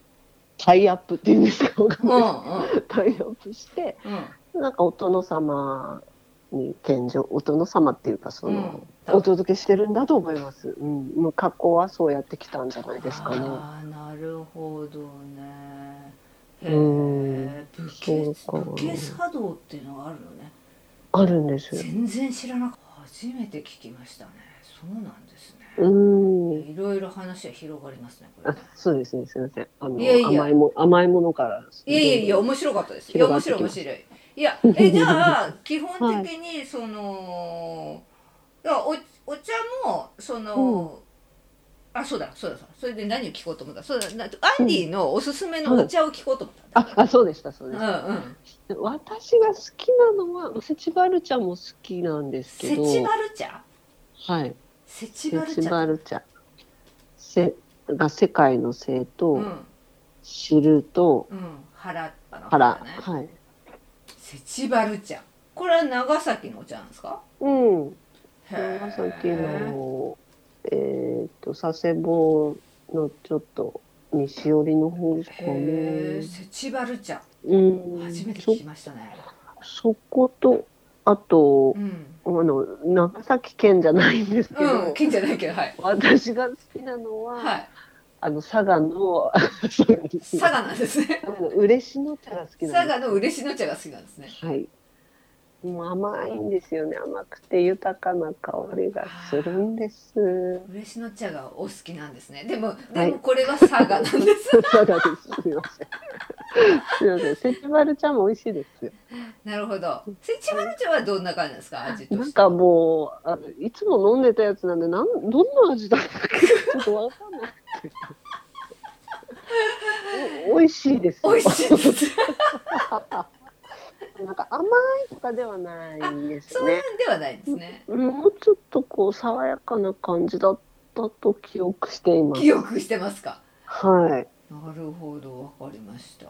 S2: タイアップっていうんですかわ かん
S1: んう
S2: ない
S1: ん
S2: タイアップして
S1: うんうん
S2: なんかお殿様に献上お殿様っていうかその、
S1: うん
S2: お届けしてるんだと思います。うん、もう過去はそうやってきたんじゃないですかね。
S1: ああなるほどね。へ
S2: う
S1: え
S2: ん
S1: 武家
S2: そうか
S1: 武家茶道っていうのがあるのね。
S2: あるんですよ。
S1: 全然知らなかった。初めて聞きましたね。そうなんですね。
S2: うん。
S1: いろいろ話は広がりますね。これ
S2: あ
S1: ね
S2: そうですね、すみません。あの
S1: いやいや
S2: 甘いも甘いものから。
S1: いやいやいや面白かったです。いや
S2: 広が
S1: 面白い面
S2: ってきます
S1: 白い。いやえじゃ あ基本的にその、い、やおお茶もその、あそうだそうだそうだそれで何を聞こうと思ったそうだなアンディのおすすめのお茶を聞こうと思った。
S2: あ、あ、そうでした、そう
S1: う
S2: で
S1: ん
S2: し
S1: うん。
S2: た。私が好きなのは、セチバル茶も好きなんです
S1: セ
S2: けど。
S1: チバル茶？
S2: はい。
S1: セチバル
S2: セ
S1: 茶。
S2: チバル茶。せ、が世界のせいと、
S1: うん
S2: 知ると、
S1: うん原っぱの
S2: か
S1: 原
S2: ら、
S1: ね。
S2: はい。
S1: セチバル茶。これは長崎のお茶なんですか？
S2: うん。
S1: へー
S2: 長崎の、えーっと、佐世保のちょっと西寄りの方ですか
S1: へ
S2: ね
S1: ー。セチバル茶
S2: うん。
S1: 初めて聞きましたね。
S2: そこと、あと
S1: う、ん。
S2: あの、長崎県じゃないんですけど、
S1: うん、金じゃないけど、はい。
S2: 私が好きなのは、
S1: はい。
S2: あの、佐賀の、
S1: 佐賀なんですね。
S2: あの嬉野茶が好きな
S1: 佐
S2: んで
S1: 賀の嬉野茶が好きなんですね。
S2: す。はい。もう甘いんですよね。甘くて豊かな香りがするん です。
S1: 嬉野茶がお好きなんですね。でも、
S2: は
S1: で
S2: い
S1: もこれは佐賀なんです。
S2: 佐賀です。すみません。すみません。セチバル茶も美味しいですよ。
S1: なるほど。セチバル茶はどんな感じなんですか、味と
S2: なん
S1: して。
S2: かもう、あのいつも飲んでたやつなんで、なん、どんな味だったっけ、ちょっとわかんない。お美味しいですよ。
S1: 美味 しいです。
S2: なんか甘いとかではないんです
S1: そう
S2: ね
S1: な。んではないんですね。
S2: もうちょっとこう爽やかな感じだったと記憶しています。
S1: 記憶してますか。
S2: はい。
S1: なるほど、わかりました。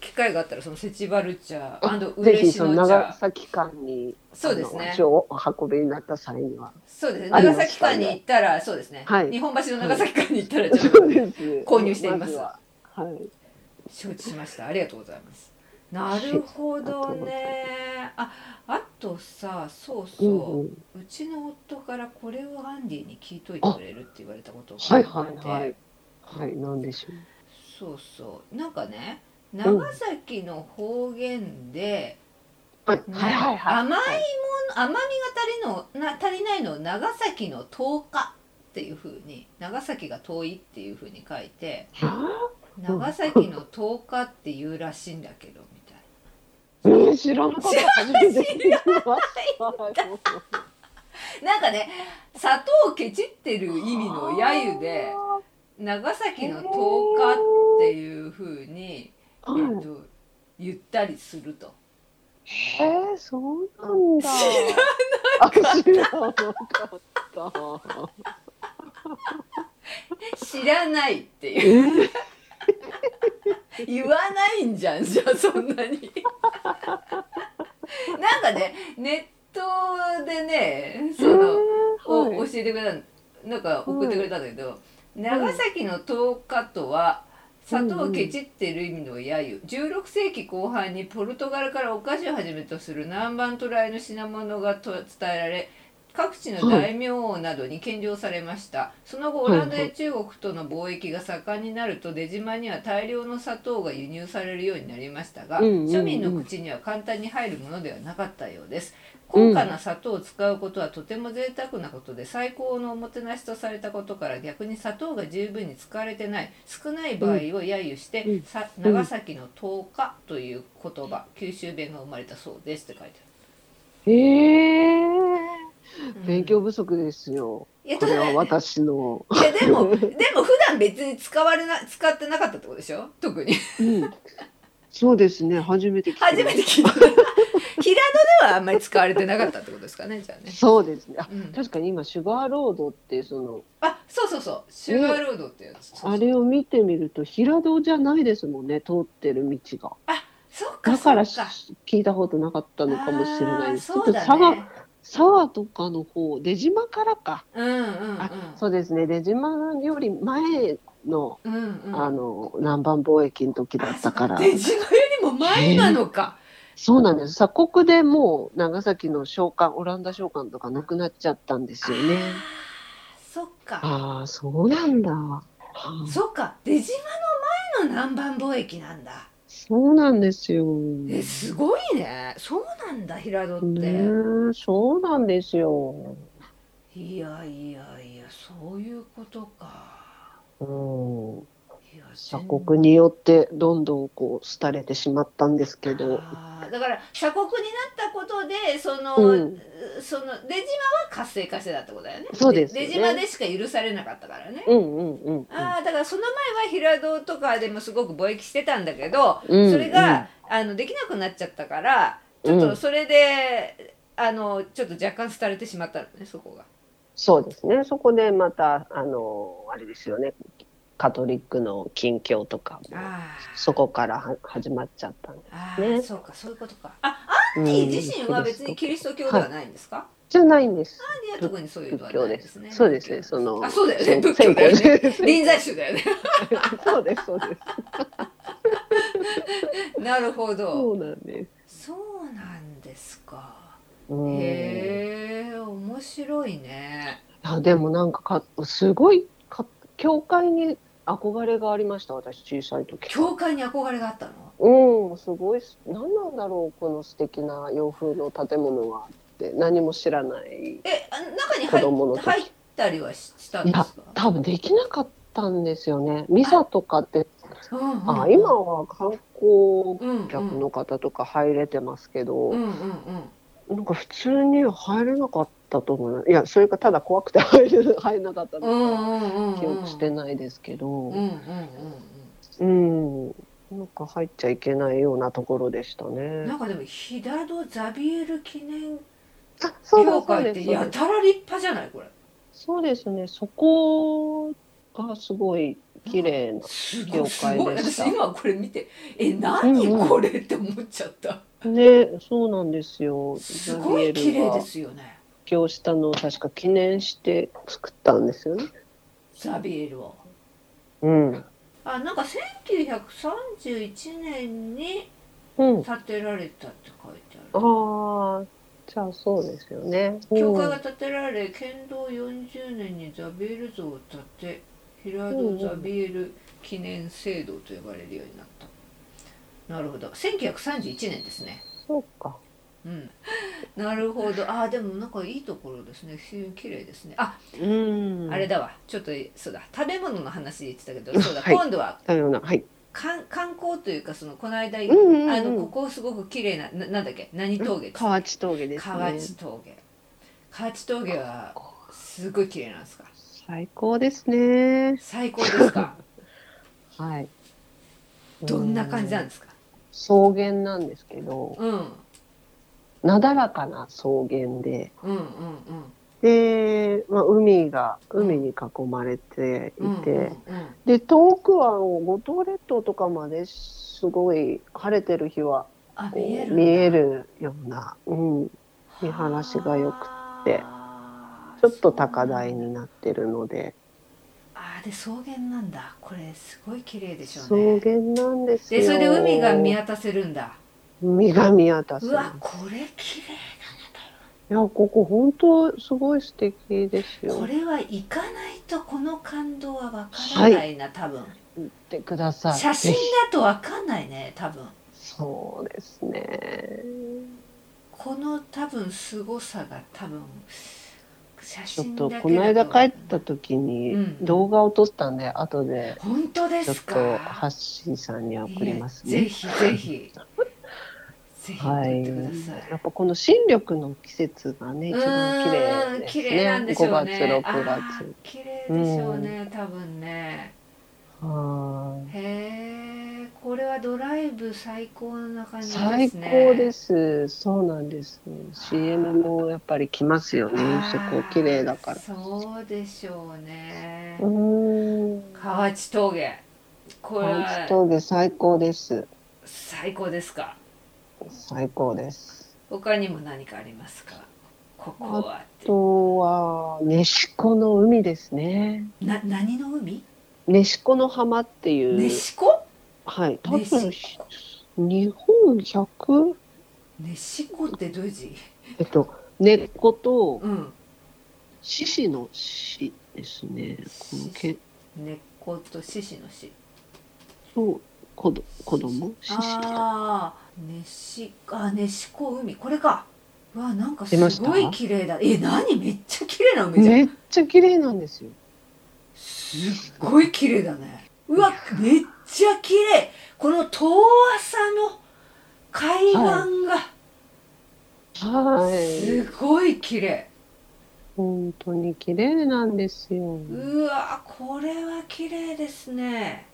S1: 機会があったら、そのセチバル茶、あの
S2: ぜひ
S1: 嬉
S2: その
S1: 野茶。
S2: 長崎間に
S1: そうですね
S2: あの足をお運びになった際には。
S1: そうですね。
S2: あり
S1: 長
S2: ま
S1: 崎
S2: したね
S1: 館に行ったら、そうですね。
S2: はい
S1: 日本橋の長崎館に行ったら、ちょっと
S2: そうです。
S1: 購入しています
S2: ずは。はい。
S1: 承知しました。ありがとうございます。なるほどね。あ、あとさ、そうそう、う
S2: うんうん
S1: ちの夫からこれをアンディに聞いといてくれるって言われたことが
S2: は
S1: あ
S2: い
S1: って、
S2: はいはい。はい、なんでしょ
S1: そうそう、なんかね、長崎の方言で、
S2: う。はいはいはいはい。
S1: 甘いもの、甘みが足りの、な、足りないのを長崎の10日っていう風に、長崎が遠いっていう風に書いて、
S2: は
S1: 長崎の10日っていうらしいんだけど、みたいな。
S2: ぁうん知らなかった。初めて聞きました。
S1: なんかね砂糖をケチってる意味の揶揄で長崎の10日っ ていう風に、
S2: は
S1: えっ
S2: い。
S1: と、言ったりすると
S2: えー、そうなんだ。知らなかった。
S1: 知らないっていう
S2: え
S1: 言わないんじゃんじゃあそんな になんかねネットでねその、
S2: ー
S1: を教えてくれたなんか送ってくれたんだけど、長崎の10日とは砂糖をケチってる意味の揶揄16世紀後半にポルトガルからお菓子をはじめとする南蛮渡来の品物がと伝えられ各地の大名王などに献上されました、その後オランダや中国との貿易が盛んになると出島には大量の砂糖が輸入されるようになりましたが、
S2: うんうんうん
S1: 庶民の口には簡単に入るものではなかったようです高価な砂糖を使うことはとても贅沢なことで最高のおもてなしとされたことから逆に砂糖が十分に使われてない少ない場合を揶揄して、
S2: うん
S1: さ長崎の10日という言葉九州弁が生まれたそうですって書いて
S2: えー、
S1: ある、
S2: 勉強不足ですよ。
S1: いやと
S2: これ
S1: ね
S2: は私の。
S1: いやでもでも普段別に使われな使ってなかったってことでしょ特に
S2: うん。そうですね。初めて聞きました
S1: 初めて聞いた平戸ではあんまり使われてなかったってことですかねじゃあね、
S2: そうですね。あ
S1: うん、
S2: 確かに今シュガーロードってその
S1: あそうそうそうシュガーロードってやつ、そうそう
S2: あれを見てみると平戸じゃないですもんね。通ってる道が。
S1: そっか
S2: だから
S1: そっか
S2: 聞いたことなかったのかもしれないです。
S1: あー
S2: ち
S1: そ
S2: ょっ
S1: う
S2: と
S1: だね
S2: 佐賀佐賀とかの方出島からか。
S1: うんうんうん
S2: あ、そうですね。出島より前の
S1: うんうん
S2: あの南蛮貿易の時だったから。
S1: 出島よりも前なのか。
S2: そうなんです。鎖国でもう長崎の召喚、オランダ召喚とかなくなっちゃったんですよね。
S1: そっか。
S2: ああ、そうなんだ。はあ
S1: そっか。出島の前の南蛮貿易なんだ。
S2: そうなんですよ。
S1: え、すごいね。そうなんだ、平戸って。
S2: ねえそうなんですよ。
S1: いやいやいやそういうことか。
S2: うん、
S1: いや
S2: 鎖
S1: 全
S2: 国によってどんどんこう廃れてしまったんですけど、
S1: あーだから鎖国になったことでその、
S2: うん
S1: その出島は活性化してたってことだよね。
S2: そうですよ
S1: 出
S2: ね
S1: 島でしか許されなかったからね。
S2: うんうんうん
S1: ああだからその前は平戸とかでもすごく貿易してたんだけど、
S2: うん、
S1: それが、あのできなくなっちゃったからちょっ
S2: う
S1: と
S2: ん
S1: それで、あのちょっと若干廃れてしまったのねそこが。
S2: そうですね、そこでまた、あの、あれですよね、カトリックの近況とかも、
S1: あー
S2: そこからは始まっちゃったんで
S1: あー、
S2: ね
S1: そうかそういうことか。あ
S2: す。
S1: アンデ
S2: う
S1: ィ
S2: ん
S1: 自身は別にキリスト教ではないんですか、
S2: じゃないんです。
S1: アンディは特にそういうのはないんですね。
S2: そうですね、その、
S1: あそうだよね仏
S2: 先
S1: 教だよね。
S2: 行です。
S1: 臨済宗 だよね。
S2: そうです、そうです。
S1: なるほど。
S2: そうなんです。
S1: そうなんですか。
S2: うん
S1: へえ、面白いね。
S2: あでもなんかか、すごいか、教会に憧れがありました、私、小さい時から
S1: 教会に憧れがあったの。
S2: うん、すごいす、何なんだろう、この素敵な洋風の建物があって、何も知らない。
S1: え、あ中に
S2: 子供の
S1: 入っ入っ
S2: 時
S1: たりはししたんですか。
S2: 多分できなかったんですよね。ミサとかって、
S1: うんうん
S2: あ、今は観光
S1: うんうん
S2: 客の方とか入れてますけど、
S1: うんうんうん。
S2: なんか普通には入れなかったと思うな。いや、それかただ怖くて 入れ入れなかった
S1: う
S2: のか、
S1: んうんうん。
S2: 記憶して。ないですけ
S1: う
S2: ど
S1: んう、んうん
S2: うん、なんか入っちゃいけないようなところでした
S1: うん。な
S2: ね。
S1: んかでも平戸ザビエル記念
S2: あ、そうだ
S1: 協
S2: そう
S1: 会
S2: で
S1: っ
S2: す
S1: て
S2: そう
S1: や
S2: です。
S1: たら立派じゃないこれ。
S2: そうですね、そこがすごい綺麗な。
S1: す
S2: ごい
S1: すごい
S2: でし
S1: 私
S2: た
S1: 今これ見てえ何
S2: うんうん
S1: これって思っちゃった
S2: ね、そうなんですよ。
S1: すごい
S2: ザビエル
S1: 綺麗
S2: が
S1: ですよね
S2: 発表したのを確か記念して作ったんですよね。
S1: ザビエルを
S2: うん。
S1: あなんか1931年に
S2: うん。
S1: 建てられたって書いてある
S2: ああ、じゃあそうですよね。
S1: 教会が建てられ県道40年にザビエル像を建て平戸ザビエル記念聖堂と呼ばれるようになったなるほど1931年ですね
S2: そうか。
S1: うん、 なるほどあーでもなんかいいところですね非常に綺麗ですねあ
S2: うん
S1: あれ
S2: だ。
S1: だわちょっとそうだ食べ物の話言ってたけどそうだ、
S2: はい
S1: 今度は
S2: だよな。はい。
S1: 観観光というかそのこの間、
S2: うんうんうん
S1: あのここすごく綺麗なななんだっけ何峠ですか
S2: 河内峠ですね。
S1: 河内峠河内峠はすごい綺麗なんですか
S2: 最高ですね。
S1: 最高です か
S2: はい。
S1: どんな感じなん
S2: う
S1: ですか
S2: 草原なんですけど、
S1: うんうん
S2: なだらかな草原で、
S1: うんうん
S2: で、まあ、海が、海に囲まれていて、
S1: うんうん
S2: で遠くは五島列島とかまですごい晴れてる日は
S1: あ
S2: こう
S1: 見える
S2: 見えるような、うん、見晴らしが良くて
S1: あー
S2: ちょっと高台になってるので
S1: あーで草原なんだこれすごい綺麗でしょ
S2: 草
S1: うね
S2: 原なんですよ
S1: でそれで海が見渡せるんだ
S2: 海が見渡せ
S1: う
S2: るい
S1: わ
S2: や
S1: これ綺
S2: ここ本当すごい素敵です
S1: 麗こ
S2: よ
S1: れは行かないとこの感動はわからないな、多分
S2: 行ってください
S1: 写真
S2: ぜひ
S1: だとわかんないね多分
S2: そうですね
S1: この多分すごさが多分写
S2: ちょっ
S1: 真だ
S2: と
S1: けだ
S2: この間帰った時
S1: う
S2: に
S1: ん
S2: 動画を撮ったんで後で
S1: 本当で
S2: ちょっ
S1: す
S2: と
S1: か
S2: ハッシーさんに送ります
S1: いえ
S2: ね
S1: ぜひぜ ひぜひ送っ
S2: は
S1: て
S2: い、
S1: ください、
S2: やっぱこの新緑の季節がね一番綺麗です
S1: うーん綺麗なん
S2: ね。
S1: でし
S2: 五
S1: ょう
S2: 月
S1: ね
S2: 六月。
S1: あー綺麗でしょうね多分ね
S2: は
S1: へえこれはドライブ最高な感
S2: い。
S1: じ
S2: 最
S1: ですね
S2: 高です。そうなんです。CM もやっぱり来ますよね。そこ綺麗だから
S1: あ。ーそうでしょうね
S2: うーん。
S1: 河内峠これ
S2: ハ
S1: は
S2: 峠最高です。
S1: 最高ですか
S2: 最高です。
S1: 他にも何かありますかここはっ
S2: あ
S1: て
S2: とはネシコの海ですね。
S1: な何の海
S2: ネシコの浜っていう、
S1: ネシコ
S2: はい。多
S1: ネシ
S2: 分日本百
S1: ネシコってどういう字
S2: えっと根っこと。
S1: うん
S2: 獅子の獅ですね。このけ
S1: 根っこと獅子の獅
S2: そう子ど子供獅子。
S1: ああ、ネシあネシコ海これか。わなんかす
S2: 出ました
S1: ごい綺麗だえ何めっちゃ綺麗な梅じゃん、
S2: めっちゃ綺麗なんですよ。
S1: すっごい綺麗だねうわめっちゃ綺麗この遠浅の海岸
S2: は
S1: が
S2: い。
S1: すごい綺麗、
S2: 本当に綺麗なんですよ。
S1: うわこれは綺麗ですね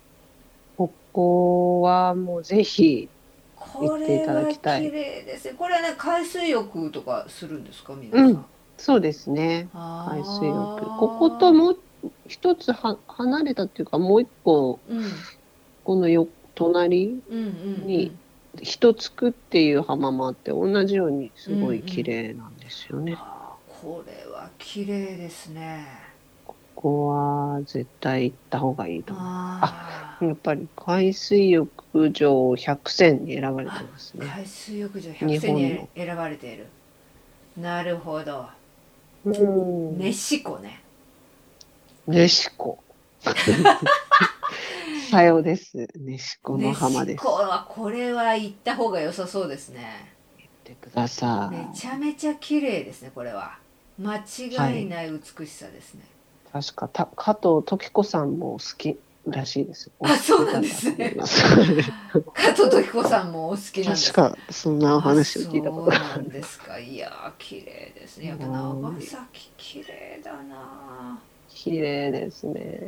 S2: ここはもうぜひ、
S1: こ
S2: 行って
S1: れ
S2: いただ
S1: は
S2: き
S1: 綺
S2: たい
S1: 麗ですねこれはね海水浴とかするんですか皆さん、
S2: うんそうですね。
S1: あー
S2: 海水浴。ここともう一つは離れたっていうか、もう一個、
S1: うんうん
S2: このよ隣、
S1: うんうん
S2: に一つくっていう浜もあって、同じようにすごい綺麗なんですよね。
S1: あーこれは綺麗ですね
S2: ここは絶対行った方がいいと思う。
S1: あー
S2: やっぱり海水浴場100選に選ばれてますね。
S1: 海水浴場100選
S2: 日本
S1: に
S2: の
S1: 選ばれているなるほど
S2: うん。
S1: メシコね
S2: ネシ コ。さようです。ネシコの浜
S1: メ
S2: で
S1: シ
S2: す。
S1: コ
S2: 行
S1: はこれは行った方が良さそうですね
S2: ってくださ
S1: め
S2: い。
S1: ちゃめちゃ綺麗ですねこれは間違いない美しさですね、
S2: 確かた加藤時子さんも好きらしいです。
S1: あそうなんですね
S2: お好きなんだと思い
S1: 加藤時子さんもお 好きなんで
S2: ますす確かそんなお話を聞いたこと
S1: あ
S2: が
S1: そう
S2: あ
S1: なん
S2: る。
S1: ですかいやー綺麗ですねやっぱ長崎綺麗だな
S2: 綺麗ですね。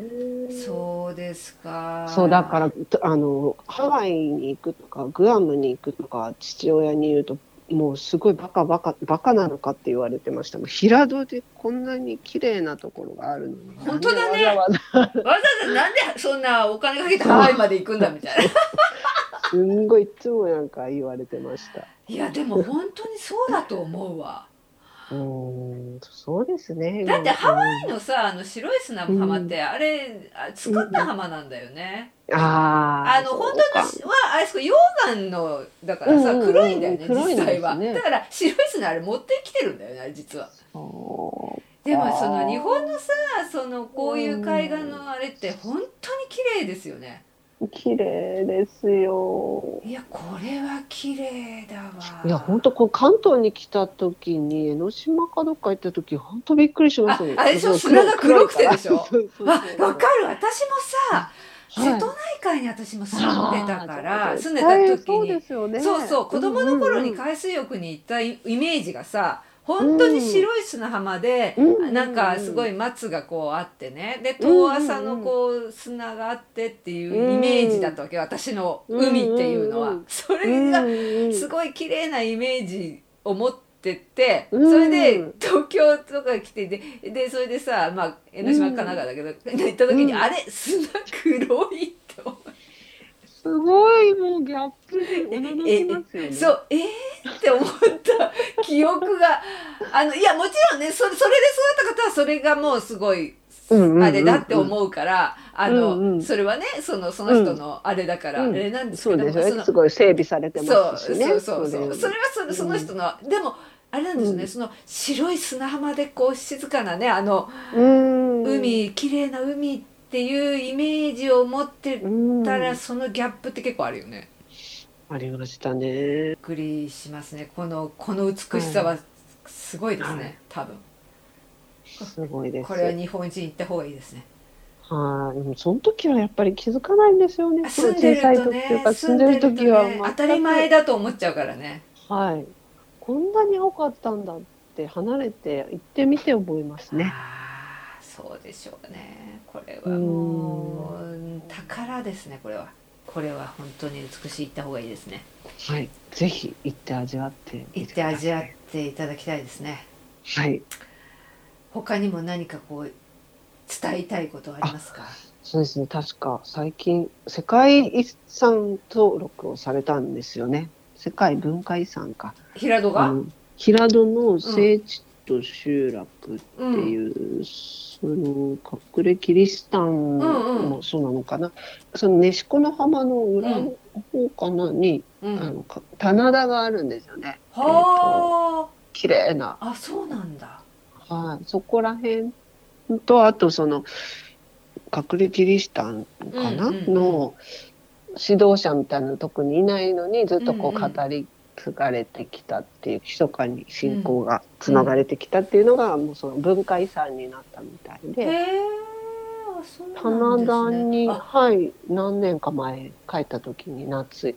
S1: そうですか
S2: そうだからとあのハワイに行くとかグアムに行くとか父親に言うともうすごいバカバカバカなのかって言われてましたもう平戸でこんなに綺麗なところがあるのに
S1: 本当だね
S2: なんでわざわ
S1: わざわざなんでそんなお金かけてハワイまで行くんだみたいな
S2: ざすんごいいつもなんか言われてました
S1: いやでも本当にそうだと思うわ
S2: うーんそうですね
S1: だってハ
S2: ワ
S1: のさあの白い砂の浜って、あれあ作った浜なんだよね、
S2: あー
S1: あの本当
S2: そうか
S1: のはあれそこ溶岩のだからさ、
S2: うんうんうん
S1: 黒いんだよね
S2: 黒
S1: 実
S2: いんですね
S1: 際は、だから白い砂あれ持ってきてるんだよねあれ実は
S2: そ
S1: でもその日本のさそのこういう海岸のあれって本当に綺麗ですよね
S2: う綺麗ですよ
S1: いやこれは綺麗だわ
S2: いや本当こう関東に来た時に江ノ島かどっか行った時本当びっくりしましたね
S1: ああれでしょ
S2: そう黒
S1: 砂が黒くてでしょ
S2: 黒いから
S1: あ
S2: そうそうそう
S1: わかる私もさ瀬
S2: はい
S1: 戸内海に私も住んでたから、
S2: あー
S1: 住んでた時
S2: そう
S1: に
S2: ですよね
S1: そうそう子供の頃に
S2: うんうん
S1: 海水浴に行ったイイメージがさ本当に白い砂浜で、
S2: うん
S1: なんかすごい松がこうあってねで遠浅のこう砂があってっていうイメージだったわけ私の海っていうのは、
S2: うんうんうん
S1: そ
S2: うん
S1: れが
S2: うん
S1: すごい綺麗なイメージを持ってて、
S2: うん
S1: それで東京とか来てででそれでさ、まあ、江ノ島神奈川だけど、行った時に、
S2: うん
S1: あれ砂黒いって思って
S2: すごいもうギャップで驚きますよね
S1: そうえー、って思った記憶があのいやもちろんねそれそれでそうだった方はそれがもうすごい。
S2: うんうんうんうん
S1: あれだって思うから、あの、
S2: うんうん
S1: それはね、その、その人のあれだから、
S2: うん
S1: あれなんです
S2: そ
S1: け
S2: う
S1: ど、
S2: ですよ
S1: の
S2: ねすごい整備されて
S1: そ
S2: ま
S1: う
S2: す
S1: そう
S2: しね
S1: そうそうそれはそのその人の、でもあれなんですよね、
S2: うん
S1: その白い砂浜でこう静かなねあの
S2: うん
S1: 海綺麗な海っていうイメージを持って
S2: うん
S1: たら、そのギャップって結構あるよね。
S2: ありましたね
S1: びっくりしますねこのこの美しさはすごいですね、
S2: はい
S1: 多分
S2: すごいです
S1: これは日本一に行った方がいいですね。
S2: はい、でもその時はやっぱり気づかないんですよね。
S1: 住んでると
S2: ってい
S1: ね
S2: うか住んでる時は
S1: ね当たり前
S2: だ。
S1: だと思っちゃうからね。
S2: はい。こんなに青かったんだって離れて行ってみて思いますね。
S1: あーそうでしょうねこれはもう宝ですねこれはこれは本当に美しい行った方がいいですね
S2: はい。ぜひ行って味わってみ
S1: 行って
S2: く
S1: て
S2: だ
S1: 味
S2: さ
S1: わっ
S2: い。
S1: ていただきたいですね
S2: はい。
S1: 他にも何かこう伝えたいことはありますか
S2: そうですね。確か最近世界遺産登録をされたんですよね。世界文化遺産か。
S1: 平戸
S2: あ
S1: が、
S2: の平戸の聖地と集落
S1: う
S2: って
S1: ん、
S2: いう、その隠れキリシタ
S1: う
S2: ン
S1: んう
S2: もそうなのかな、そのネシコの浜の裏の方かなに、
S1: う
S2: あ
S1: ん、
S2: のか棚田があるんですよね
S1: は
S2: 綺麗な、
S1: ああそうなんだ
S2: はい、そこら辺とあとその隠れキリシタンかな、
S1: うんうんうん
S2: の指導者みたいなの特にいないのにずっとこ
S1: う
S2: うん
S1: うん
S2: 語り継がれてきたっていう密かに信仰がつながれてきたっていうのが、もうその文化遺産になったみたい
S1: へ
S2: で、
S1: えあそうなん
S2: 棚
S1: ですね
S2: 田に、
S1: あ
S2: はい何年か前帰った時に夏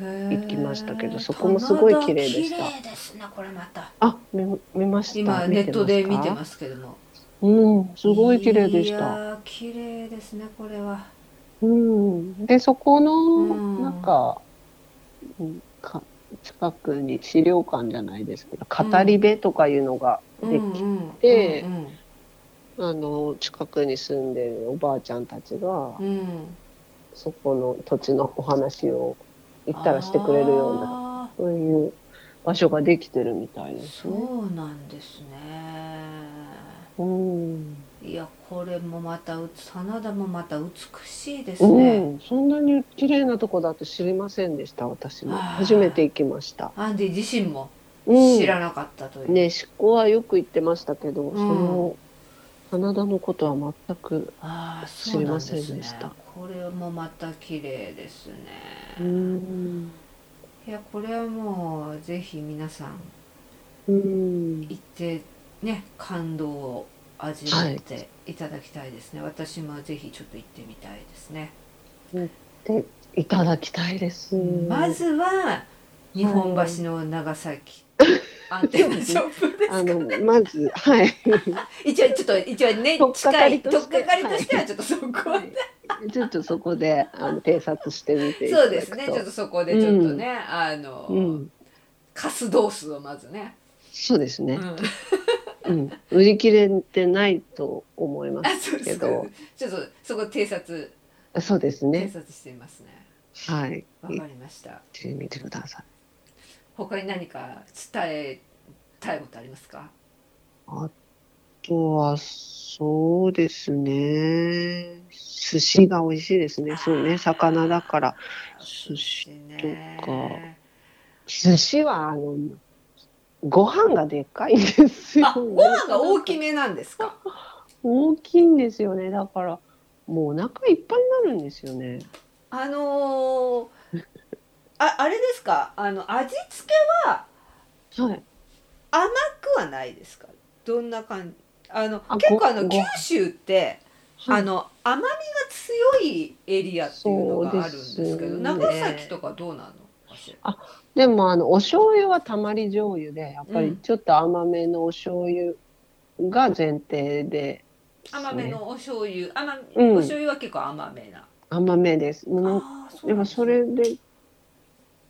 S1: 行
S2: きましたけどそこもすごい綺麗でした
S1: 綺麗ですねこれまた
S2: あ見見ました
S1: 今ネットで見て
S2: す
S1: ますけども
S2: うんすごい綺麗でし
S1: い
S2: た。
S1: やー綺麗ですねこれは
S2: うん、でそこの
S1: うん
S2: なんか,、うんか近くに資料館じゃないですけど語り部とかいうのができて
S1: うん
S2: あの近くに住んでるおばあちゃんたちが
S1: うんうん、
S2: そこの土地のお話を行ったらしてくれるような
S1: な
S2: そういう場所ができてるみたいですね。
S1: そうなんですね
S2: うん
S1: いやこれもまたうつ花田もまた美しいです
S2: う
S1: ね、
S2: ん、そんなに綺麗なとこだと知りませんでした私も
S1: あー
S2: 初めて行きました、
S1: アンディ自身も
S2: うん、
S1: 知らなかったという、
S2: ね、執行はよく言ってましたけど、
S1: ん
S2: その棚田のことは全く、
S1: ああそうなんですね
S2: 知りませんでした
S1: これもまた綺麗ですね、
S2: うん、
S1: いやこれはもうぜひ皆さん
S2: うん、
S1: 行ってね感動を味わっていただきたいですね、私もぜひちょっと行ってみたいですね、
S2: いただきたいです。
S1: まずは日本橋の長崎、アンテナショップです
S2: あのまずはい
S1: 一応ちょっと一応ね
S2: 取っか
S1: 近
S2: か
S1: い
S2: り
S1: 取
S2: と
S1: っ
S2: して
S1: かかりとしてはちょっとそこは、
S2: ちょっとそこであの偵察してみていただ
S1: そう
S2: くと
S1: ですねちょっとそこでちょっとね、あの、
S2: うん、
S1: カスドースをまずね、
S2: そうです
S1: う
S2: ね
S1: ん、、あ
S2: うん、売り切れてないと思います
S1: そうで
S2: け
S1: すか
S2: ど
S1: ちょっとそこ偵察
S2: そうです
S1: 偵
S2: ね
S1: 察していますね
S2: はい
S1: わ
S2: 行
S1: か
S2: っ
S1: りました
S2: てみてください
S1: 他に何か伝えたいことありますか
S2: あとは、そうですね。寿司が美味しいですね。そうね。魚だから。寿司。
S1: ね
S2: 寿司は、あの、ご飯がでっかいんですよ。
S1: あご飯が大きめなんですか
S2: 大きいんですよね。だから、もうお腹いっぱいになるんですよね。
S1: あのーああれですかあの味付け
S2: はい。
S1: 甘くはないですかどんな感じあの
S2: あ
S1: 結構あの
S2: ごご
S1: 九州ってあの甘みが強いエリアっていうのがあるんです
S2: そう
S1: け
S2: で
S1: ど
S2: すね
S1: 長崎とかどうなのかしら
S2: でも、あの、お醤油はたまり醤油で、やっぱ
S1: うん
S2: りちょっと甘めのお醤油が前提で、
S1: 甘め。のお醤油甘め、
S2: うん
S1: お醤油は結構甘めな、
S2: 甘めです。もう
S1: あーうな
S2: で
S1: ん
S2: も
S1: ですね
S2: それで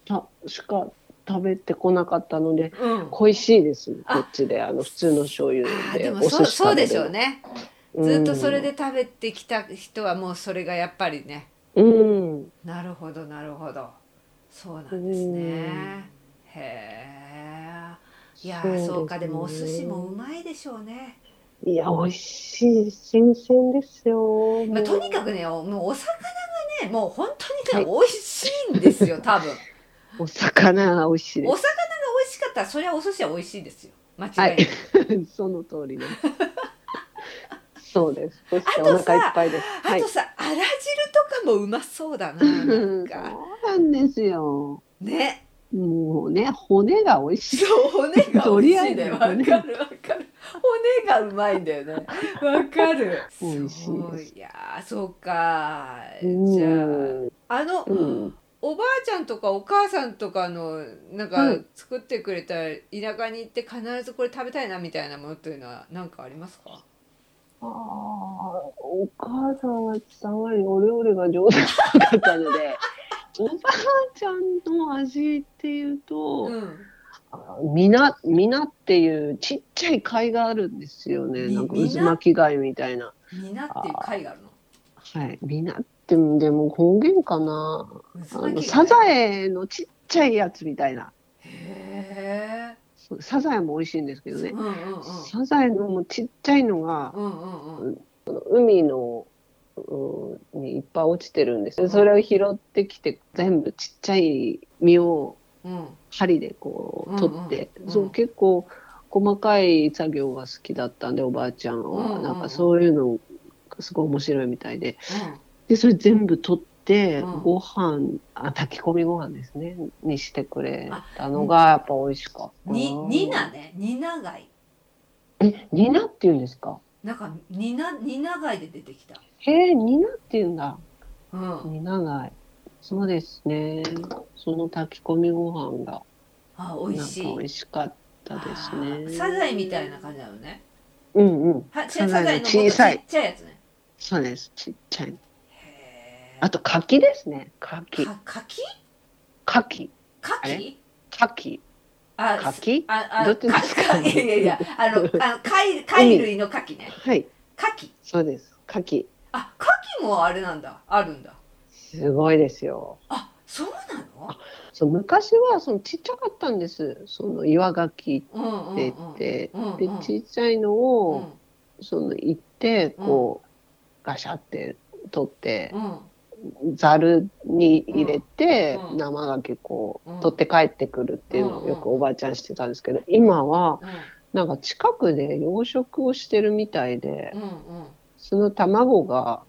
S2: たしか食べてこなかったので
S1: うん
S2: 恋しいです
S1: あ
S2: こっちであの普通の醤油
S1: あー
S2: で
S1: で
S2: お
S1: も
S2: 寿司
S1: そうそう
S2: 食べ
S1: で
S2: て
S1: しょう
S2: も
S1: ね
S2: うん
S1: ずっとそれで食べてきた人はもうそれがやっぱりね
S2: うん
S1: なるほどなるほどそうなんですねへえいやーそう,、かでもお寿司もうまいでしょうね、
S2: いや美味しい新鮮ですよ
S1: まあ、とにかくねおもうお魚がねもう本当にね、美味しいんですよ 多分
S2: お魚が美味しい
S1: お魚が美味しかったらそれはお寿司は美味しいですよ間違いな、
S2: はいい その通りです そうですそして
S1: あと
S2: お
S1: さ
S2: 腹いっぱいですは
S1: あ
S2: い
S1: とさ、あら汁とかもうまそうだな
S2: う
S1: なん
S2: ん そ
S1: か
S2: うなんですよ
S1: ね
S2: もうね骨が美味しい
S1: そう骨が
S2: と
S1: 美
S2: りあ
S1: 味しい
S2: えず
S1: ね。わか
S2: 骨
S1: るわかる。骨がうまいんだよね。わかる。
S2: 美味しい
S1: そう
S2: です
S1: いやーそうか。じ
S2: うん
S1: ゃああの、
S2: うん
S1: おばあちゃんとかお母さんとかのなん
S2: は
S1: か
S2: い
S1: 作ってくれた田舎に行って必ずこれ食べたいなみたいなものというのは何かありますか？
S2: ああ、お母さんはさんわりお料理が上手だったの で、おばあちゃんの味っていうと、
S1: ん。
S2: あみな、みなっていうちっちゃい貝があるんですよね。
S1: み
S2: なんか
S1: みな
S2: 渦巻き貝みたいな。
S1: みなっていう貝があるの。
S2: はい。みなって、でも方言かな。あ
S1: 渦巻
S2: の、
S1: き貝
S2: サザ。エのちっちゃいやつみたいな。
S1: へ
S2: そうサザエも美味しいんですけど
S1: え。
S2: ね
S1: う。んうんうん。
S2: サザエのもうちっちゃいのが、
S1: うんうんうん。
S2: 海のうんにいっぱい落ちてるんですよそれを拾ってきて全部ちっちゃい実を
S1: うん。
S2: 針でこ
S1: うん
S2: う取って、
S1: うん
S2: そううん結構細かい作業が好きだったんでおばあちゃ
S1: う
S2: ん
S1: んうん
S2: は、
S1: うん
S2: なんかそういうのすごい面白いみたいででそれ全部取って。て、
S1: うん
S2: ご飯あ炊き込みご飯ですねにしてくれたのがやっぱ美味しかった
S1: に、になね。にな貝。
S2: えニナっていうんですか
S1: なんか、にな、にな貝で出てきた。
S2: へえニナっていうんだ
S1: うん。
S2: ニナ貝そうですねその炊き込みご飯が
S1: あ、
S2: な
S1: 美味
S2: んか
S1: しい。
S2: 美味しかったです
S1: あ
S2: ね
S1: ーサザエみたいな感じなのね。
S2: うんうん
S1: は、サ
S2: サザ
S1: ザ
S2: エ
S1: エ
S2: の
S1: の
S2: 小さい
S1: もっとちっちゃいやつね。
S2: そうですちっちゃい
S1: へー
S2: あと柿ですね柿
S1: か、かき。
S2: 柿
S1: か
S2: あ
S1: き。
S2: 柿
S1: あ、
S2: 柿
S1: あ、あ、
S2: どっちですか
S1: いやいやいや、あの、 あの、貝、貝類の牡蠣ね。
S2: はい
S1: 牡蠣。
S2: そうです柿
S1: あ、牡蠣もあれなんだ。あるんだ。
S2: すごいですよ
S1: あ、そうなの。
S2: そう昔はそのちっちゃかったんですその岩牡蠣
S1: うんうんうん。
S2: って言って、
S1: うんうん
S2: でちっちゃいの
S1: う
S2: を、
S1: ん
S2: その行ってこう、ガシャって取って
S1: うん。
S2: ざるに入れて、
S1: うんうん
S2: 生牡蠣こう、
S1: うん
S2: 取って帰ってくるっていうのをよく
S1: うんうん
S2: おばあちゃんしてたんですけど今は
S1: う
S2: なんか近くで養殖をしてるみたいで、
S1: んうん
S2: その卵が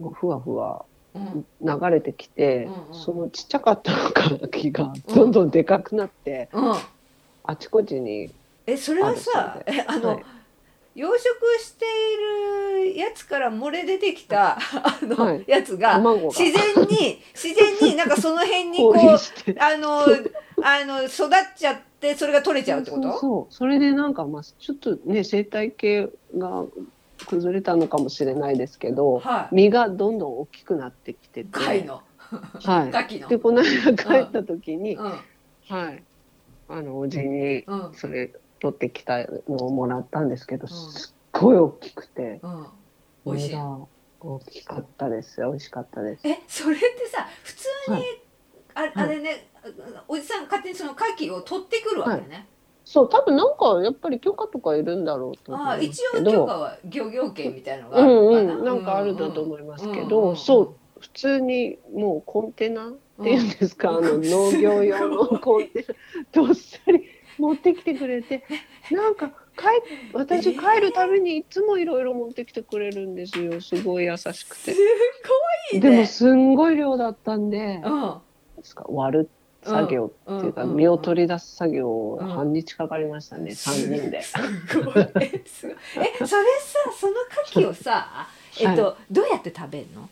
S1: うん
S2: こうふわふわ
S1: うん
S2: 流れてきて、
S1: うんうん
S2: そのちっちゃかった牡蠣がどんどんでかくなって、
S1: うん。
S2: あちこちに
S1: え、それはさ
S2: あ、る
S1: え、あの、
S2: はい
S1: 養殖しているやつから漏れ出てき た、あの、
S2: はい
S1: やつが。
S2: 卵
S1: 自
S2: が
S1: 然に、自然になんかその辺 にこ
S2: 降臨
S1: う、
S2: して
S1: あの、あの、育っちゃって、それが取れちゃうってこと。
S2: そうそうそれでなんかまあちょっとね生態系が崩れたのかもしれないですけど
S1: はい。
S2: 身がどんどん大きくなってきてて
S1: 貝の、
S2: は
S1: 牡蠣の
S2: い、で。この間帰った時に、
S1: うん
S2: はい、あのおじに
S1: うん
S2: それ取ってきたのをもらったんですけど、
S1: ん
S2: すっごい大きくて
S1: うん。美味しい
S2: 身。が大きかったです美味しかったです
S1: え、それってさ、普通に、
S2: はい
S1: あ、あれね、おじさんが勝手にその牡蠣を取ってくるわけね。
S2: そう多分なんかやっぱり許可とかいるんだろうと思
S1: あ
S2: う
S1: あ、
S2: んです
S1: 一
S2: け
S1: 応
S2: ど
S1: 許可は漁業権みたいなのがあ
S2: う
S1: るのか
S2: ん
S1: な。
S2: うん、なんかあるんだと思いますけど、
S1: うんうん
S2: そう普通にもうコンテナっていうんですか、
S1: うん
S2: あの農業用のコンテナ どっさり持ってきてくれて なんか帰私
S1: えー
S2: 帰るたびにいつもいろいろ持ってきてくれるんですよすごい優しく
S1: す
S2: て。
S1: ごいね。
S2: でもすんごい量だったんで
S1: うん
S2: ですか割る作業
S1: うん
S2: っていうか
S1: んん
S2: 身を取り出す作業
S1: うん
S2: 半日かかりましたね
S1: す。
S2: 3人です
S1: ごい。えすごいえ、それさ、その牡蠣を さ、えっと、どうやって食べるの？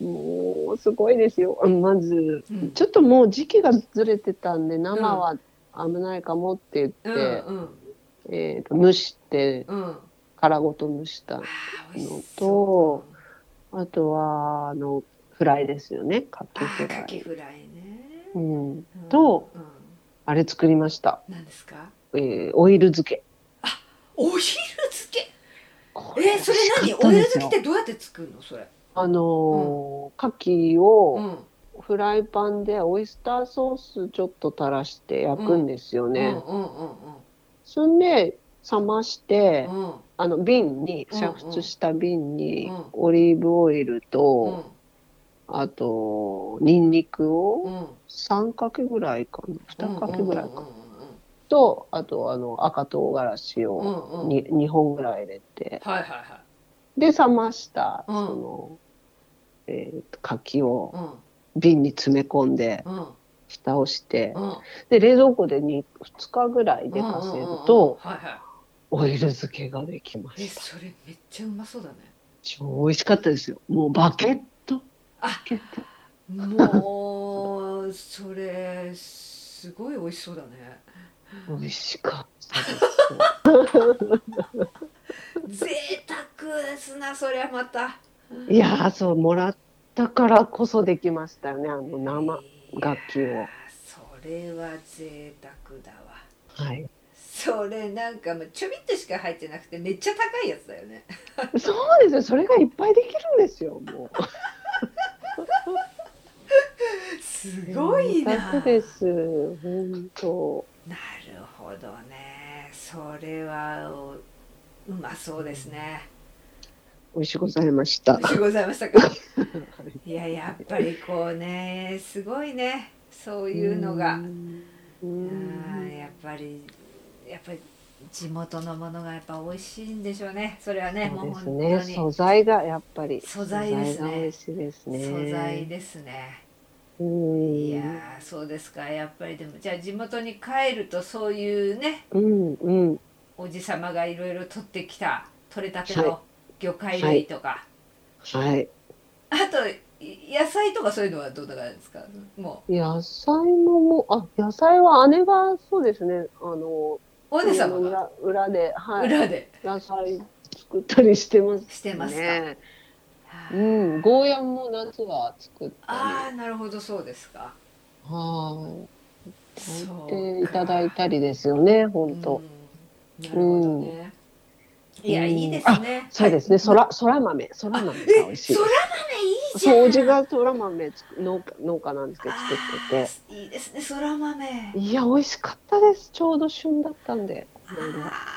S2: もうすごいですよ。まず、
S1: うん
S2: ちょっともう時期がずれてたんで生は危ないかもって
S1: う
S2: 言
S1: ん
S2: って、
S1: うん
S2: えーと蒸して
S1: うん。あ
S2: 殻ごと蒸した
S1: あ、美味しそう。
S2: あとはあのフライですよねカキ
S1: あ
S2: フ
S1: ー、
S2: ラ
S1: 牡
S2: イ
S1: 蠣、フライね。
S2: うん、
S1: うん
S2: と、
S1: うん
S2: あれ作りました、
S1: 何ですか？
S2: えーオイル漬け
S1: お昼漬け。
S2: こ
S1: え、それ何？オイル漬けっ
S2: って
S1: てどうやって作るの？それ。
S2: あのー牡蠣
S1: う
S2: を
S1: ん。
S2: フライパンでオイスターソースちょっと垂らして焼くんですよ
S1: うんう
S2: ね、
S1: んうん
S2: そんで冷まして、
S1: うん。うん。
S2: あの瓶に
S1: うんうん
S2: 煮沸した瓶に
S1: うん
S2: オリーブオイル
S1: う
S2: と、
S1: ん
S2: あとニンニクを
S1: うん。
S2: 3かけぐらいかな2かけぐらいか、
S1: うん
S2: とあとあの赤唐辛子
S1: うんうん
S2: を
S1: うんうんうん。
S2: に、2本ぐらい入れて
S1: はいはいはい。
S2: で冷ました、
S1: うん
S2: その、えーと柿を
S1: うん
S2: 瓶に詰め込んで
S1: うん
S2: 蓋をして
S1: うん。
S2: で冷蔵庫で 2, 2日ぐらい
S1: で
S2: 寝か
S1: か
S2: せ
S1: せ
S2: る
S1: る
S2: と
S1: と、はいはい。
S2: オイル漬けができま
S1: え
S2: した。
S1: それめっちゃうまそうだね
S2: 超美味しかったですよ。もうバケット。
S1: あ
S2: バケット。
S1: もうそれすごい美味しそうだね
S2: 美味しかったです。
S1: 贅沢ですなそりゃまた
S2: いやー、そう、もらったからこそできましたよね。あの生楽器
S1: い
S2: を
S1: や。それは贅沢だわ
S2: はい。
S1: それなんかもうちょびっとしか入ってなくてめっちゃ高いやつだよね
S2: そうですよ。それがいっぱいできるんですよ。もう。
S1: すごいな
S2: 贅沢です。本当。
S1: なるほどねそれはおうまそうですね
S2: 美味しゅうございました
S1: 美。味しゅうございましたかいややっぱりこうねすごいねそういうのが
S2: うーん。う
S1: う
S2: ー
S1: ん
S2: ん
S1: やっぱりやっぱり地元のものがやっぱ美味しいんでしょうねそれはね
S2: そう
S1: もう
S2: で
S1: 本当
S2: すね。
S1: に
S2: 素材がやっぱり。
S1: 素材ですね
S2: 素が美味しいですね。
S1: 素材。ですね
S2: うん。
S1: いやーそうですかやっぱりでもじゃあ地元に帰るとそういうね
S2: うんうん。
S1: おじさまがいろいろ取ってきた取れたての
S2: は
S1: 魚介類とか、
S2: はい。
S1: あとい野菜とかそういうのはどうだかですかも
S2: 野菜ももう、あ、野菜は姉がそうですね。あの、
S1: うお姉様が
S2: 裏裏で、はい。
S1: 裏で
S2: 野菜作ったりしてます、ね。
S1: してますか、
S2: う
S1: はあ
S2: ん、ゴーヤンも夏は作った
S1: あーなるほどそうですか
S2: り、は
S1: そうか
S2: い、でいただいたりですよね、本当。
S1: うんなるほどね、いや
S2: うん
S1: いいですね
S2: そうですね、そら、そら豆、そら豆が美味し
S1: そ
S2: い
S1: ら。豆いいじゃん
S2: そう、おじがそら豆つく農家、農家なんですけど作って
S1: あーいいですねそら豆
S2: て。いや、美味しかったです。ちょうど旬だったんで。
S1: あ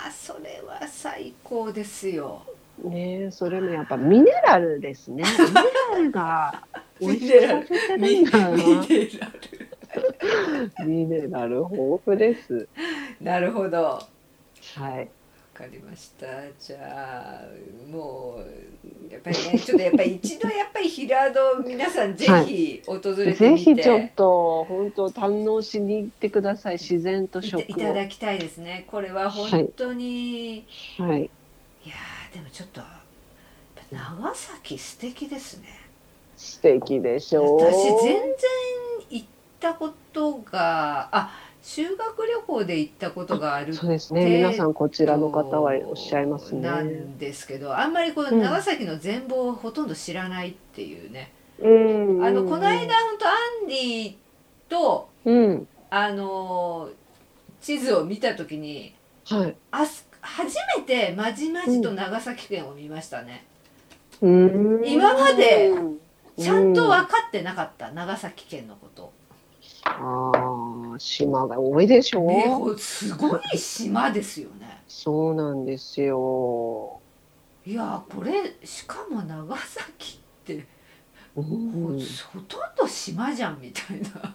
S1: あそれは最高ですよ
S2: ねえ、それもやっぱミネラルですね。ミネラル が。美味しくさせてるんだな。
S1: ネラル
S2: ミネラル豊富です。
S1: なるほどわ
S2: はい。
S1: かりましたじゃあもうやっぱりねちょっとやっぱり一度やっぱり平戸皆さんぜひ訪れて
S2: ぜ
S1: みて、
S2: ひちょっと本当堪能しに行ってください自然と食を
S1: いたいただきたいですねこれは本当に、
S2: はい
S1: い、やーでもちょっとやっぱ長崎素敵ですね
S2: 素敵でしょう
S1: 私全然行ったことがあ修学旅行で行ったことがある
S2: そうですね
S1: で
S2: 皆さんこちらの方はおっしゃいますね
S1: なんですけどあんまりこの
S2: うん
S1: 長崎の全貌をほとんど知らないっていうね、
S2: うん
S1: あのこの間本当アンディと
S2: うん
S1: あの地図を見た時に
S2: はい
S1: あす初めてまじまじと長崎県を見ましたね、
S2: うん
S1: 今まで
S2: うん
S1: ちゃんと分かってなかった長崎県のこと、
S2: ああ島が多いでしょ
S1: ね
S2: う
S1: こうすごい島ですよね
S2: そうなんですよ、
S1: いやーこれしかも長崎ってほ,、
S2: うん、
S1: とんど島じゃんみたいな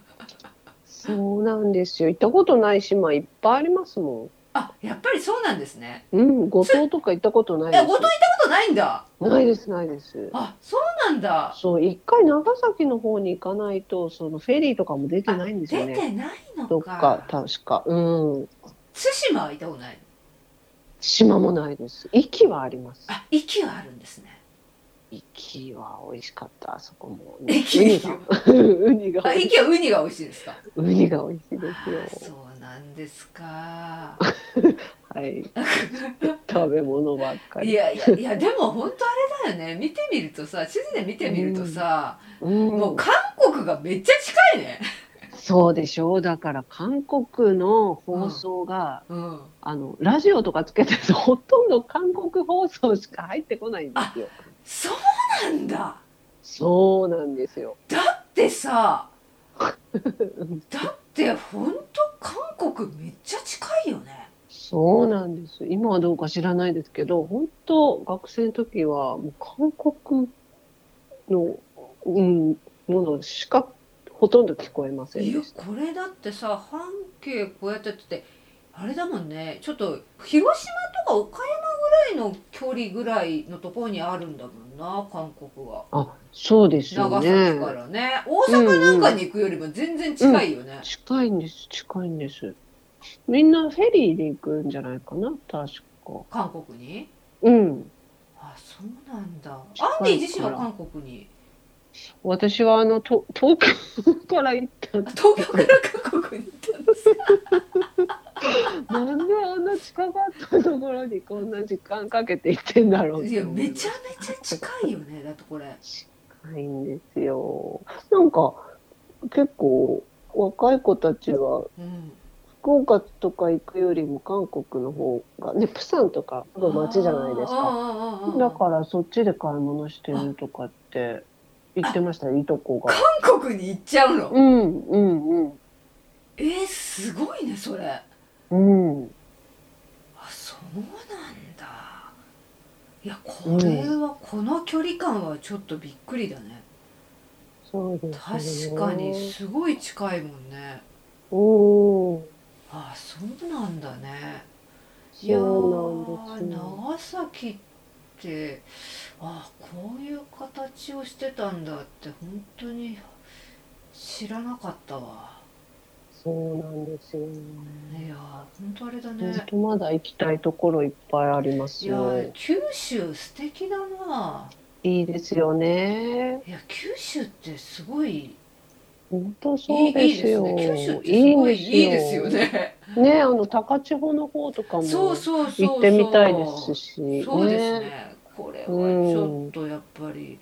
S2: そうなんですよ行ったことない島いっぱいありますも
S1: あやっぱりそうなんですね
S2: んうん五島とか行ったことない
S1: え
S2: で
S1: 後藤行ったことないんだ
S2: すないですないです
S1: あそうなんだ
S2: そう一回長崎の方に行かないとそのフェリーとかも出て
S1: あ
S2: ないんですよ
S1: 出
S2: ね。
S1: てないの
S2: どっ
S1: か
S2: か確かうん
S1: 対馬は行ったことない
S2: 島もないです。息はあります。
S1: あ息はあるんですね
S2: 息は美味しかったあそこも。ウ
S1: 息
S2: ニがウニ が
S1: あ息はウニが美味しいですか
S2: ウニが美味しい
S1: あ
S2: ですよ。
S1: そうなんですか
S2: はい。食べ物ばっか
S1: い
S2: り。
S1: やいやいやでも本当あれだよね見てみるとさ地図で見てみるとさ、
S2: うん
S1: もう韓国がめっちゃ近いね
S2: そうでしょう。だから韓国の放送が、
S1: うん
S2: あのラジオとかつけてるとほとんど韓国放送しか入ってこないんですよ。
S1: そうなんだ
S2: そうなんですよ。
S1: だって さだって本当韓国めっちゃ近いよね
S2: そうなんです。今はどうか知らないですけど、本当学生の時はもう韓国の、うん、ものしかほとんど聞こえません
S1: いや
S2: でした。
S1: これだってさ半径こうやってってあれだもんねちょっと広島とか岡山ぐらいの距離ぐらいのところにあるんだもんな韓国は
S2: あ、そうですよ
S1: 長
S2: ね
S1: 崎。からね大阪なんかに行くよりも全然近いよね、
S2: 近いんです、近いんです。みんなフェリーで行くんじゃないかな、確か。
S1: 韓国に
S2: うん。
S1: あそうなんだ
S2: 近いから
S1: アンディ自身は韓国に
S2: 私はあの、と東京から行っ た
S1: あ東京から韓国に行ったんですか
S2: なんであんな近かったところにこんな時間かけて行ってんだろうっ
S1: い
S2: て
S1: や
S2: 思
S1: め
S2: ま
S1: ち
S2: す
S1: ゃめちゃ近いよねだってこれ
S2: ないんですよ。なんか結構若い子たちは
S1: うん
S2: 福岡とか行くよりも韓国の方がねプサンとかの街じゃないですか。
S1: か
S2: だからそっちで買い物してるとかって言ってましたよいとこが。
S1: 韓国に行っちゃうの
S2: うんうん
S1: えー、すごいねそれあ
S2: うんうん。
S1: そうなんだいやこれはこの距離感はちょっとびっくりだね
S2: そうです
S1: 確
S2: ね。
S1: かにすごい近いもんね
S2: おお。
S1: あそうなんだねいや
S2: そうなんですよ
S1: 長崎ってあこういう形をしてたんだって本当に知らなかったわ
S2: そうなんですよ。
S1: いや本当あれだ
S2: 本
S1: ね
S2: 当まだ行きたいところいっぱいありま
S1: い
S2: す
S1: や
S2: よ。
S1: 九州素敵だない
S2: いですよね。
S1: いや九州ってすごい
S2: 本当
S1: い
S2: そう
S1: いい
S2: で
S1: い
S2: す
S1: です
S2: よ。
S1: ね九州ってすごいいい
S2: ん
S1: ですよ。ね
S2: ね、あの高千穂の方とかも
S1: そうそうそうそう
S2: 行ってみたいですし、
S1: そうですね
S2: ね
S1: これはちょっとやっぱり、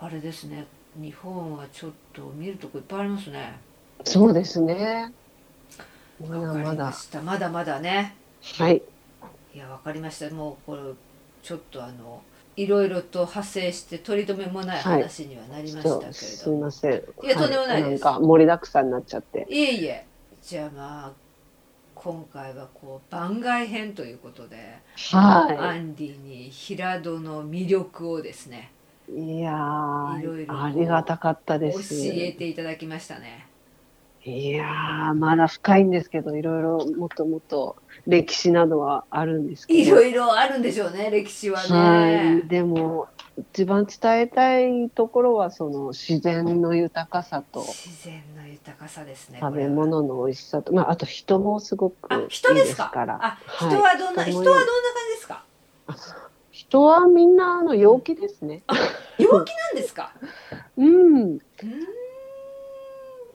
S1: あれですね日本はちょっと見るとこいっぱいありますね
S2: そうですね。まだ
S1: わか
S2: ま
S1: りま
S2: だ。
S1: したまだまだね
S2: はい。
S1: いやわかりましたもうこれちょっとあのいろいろと派生して取り留めもない話にはなりましたけれど、
S2: ちょっとすいません。
S1: いやとんでもないです
S2: はなんか盛りだくさんになっちゃって。
S1: いえいえじゃあまあ今回はこう番外編ということで、ア
S2: は
S1: ンディに平戸の魅力をですね
S2: い。いや
S1: いろいろ
S2: ー、ありがたかった
S1: 教
S2: です。
S1: えていただきましたね。
S2: いやー、まだ深いんですけど、いろいろもっともっと歴史などはあるんですけど。
S1: いろいろあるんでしょうね歴史は
S2: は
S1: ね
S2: い、。でも一番伝えたいところはその自然の豊かさと
S1: 自然の豊かさですね。
S2: 食べ
S1: こ
S2: 物の美味しさと、まあ、あと人もすごく
S1: れは。あ人
S2: いい
S1: で
S2: ですす
S1: か。
S2: から
S1: あ
S2: はい
S1: 人はどんな、人
S2: 人
S1: は
S2: もいい
S1: どんな感じですか。
S2: 人はみんなあの陽気ですね。
S1: 陽気なんですか。
S2: うん、
S1: うーん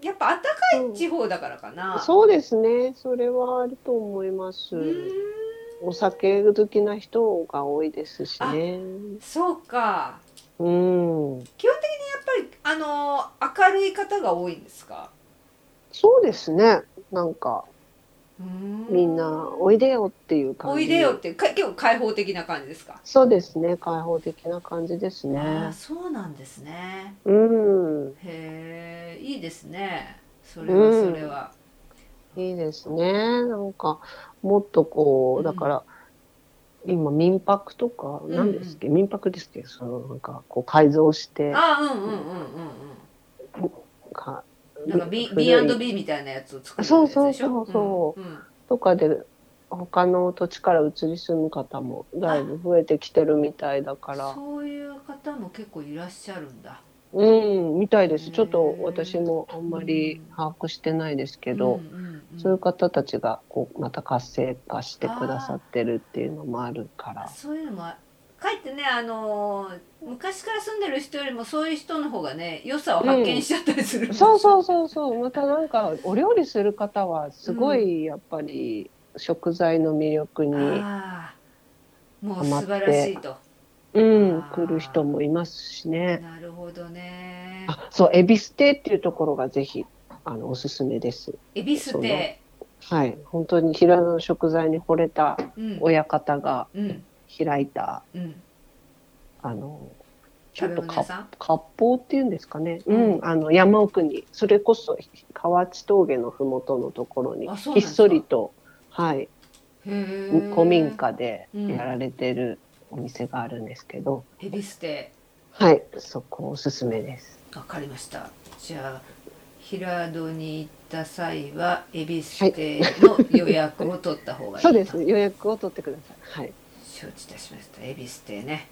S1: やっぱ暖かい地方だからかな。
S2: そうですねそれはあると思います。
S1: うーん
S2: お酒好きな人が多いですしね。
S1: そうか。
S2: うん、
S1: やっぱりあのー明るい方が多いんですか。
S2: そうですねなんか
S1: うーん
S2: みんなおいでよっていう感じ
S1: おいでよってか結構開放的な感じですか。
S2: そうですね開放的な感じですね。
S1: ああそうなんですね。
S2: うん、
S1: へえいいですね。それはそれは。
S2: いいですね。なんか、もっとこ
S1: う
S2: う、
S1: ん
S2: だから、今、民泊とか、
S1: ん
S2: 何ですっけ、民泊ですっけど、その、なんか、こう、改造して、
S1: あうんうんうんうん
S2: か、
S1: うん。なんか B
S2: 古い
S1: B&B みたいなやつを作る
S2: そう
S1: やつ
S2: そう
S1: でしょ
S2: そうそ
S1: うんうん
S2: とかで、他の土地から移り住む方も、だいぶ増えてきてるみたいだから、
S1: そういう方も結構いらっしゃるんだ。
S2: うん、みたいで
S1: へ
S2: す。
S1: ー
S2: ちょっと私もあんまり把握してないですけど、
S1: うんうんうん
S2: そういう方たちが、こう、また活性化してくださってるっていうのもあるから。
S1: そういうのもあかえってねあのー昔から住んでる人よりもそういう人の方がね良さを発見しちゃったりする、
S2: そうそうそうそうまたなんかお料理する方はすごいやっぱり食材の魅力に、うん
S1: ああもう素晴らしいと。あー
S2: 来る人もいますしね
S1: なるほどね。
S2: あそう恵比寿亭っていうところがぜひあのおすすめです
S1: 恵比寿亭。
S2: はい本当に平野の食材に惚れた
S1: うん
S2: 親方が
S1: うん
S2: 開いた
S1: うん。
S2: あのちょ
S1: 食べ
S2: っと
S1: 物屋
S2: か
S1: さん。
S2: 割烹っていうんですかね、う
S1: うん
S2: あの山奥にそれこそ河内峠のふもとのところに
S1: あそうなん
S2: ひ
S1: で
S2: っ
S1: すか
S2: そりとはい古
S1: 古
S2: 民家で
S1: うん
S2: やられてるお店があるんですけど、
S1: 恵比寿亭
S2: はいそこおすすめです
S1: わかりましたじゃあ平戸に行った際は恵比寿亭の予約を取った方がいい
S2: そうで
S1: と
S2: す予約を取ってくださ いはい
S1: 承知いたしました恵比寿亭ね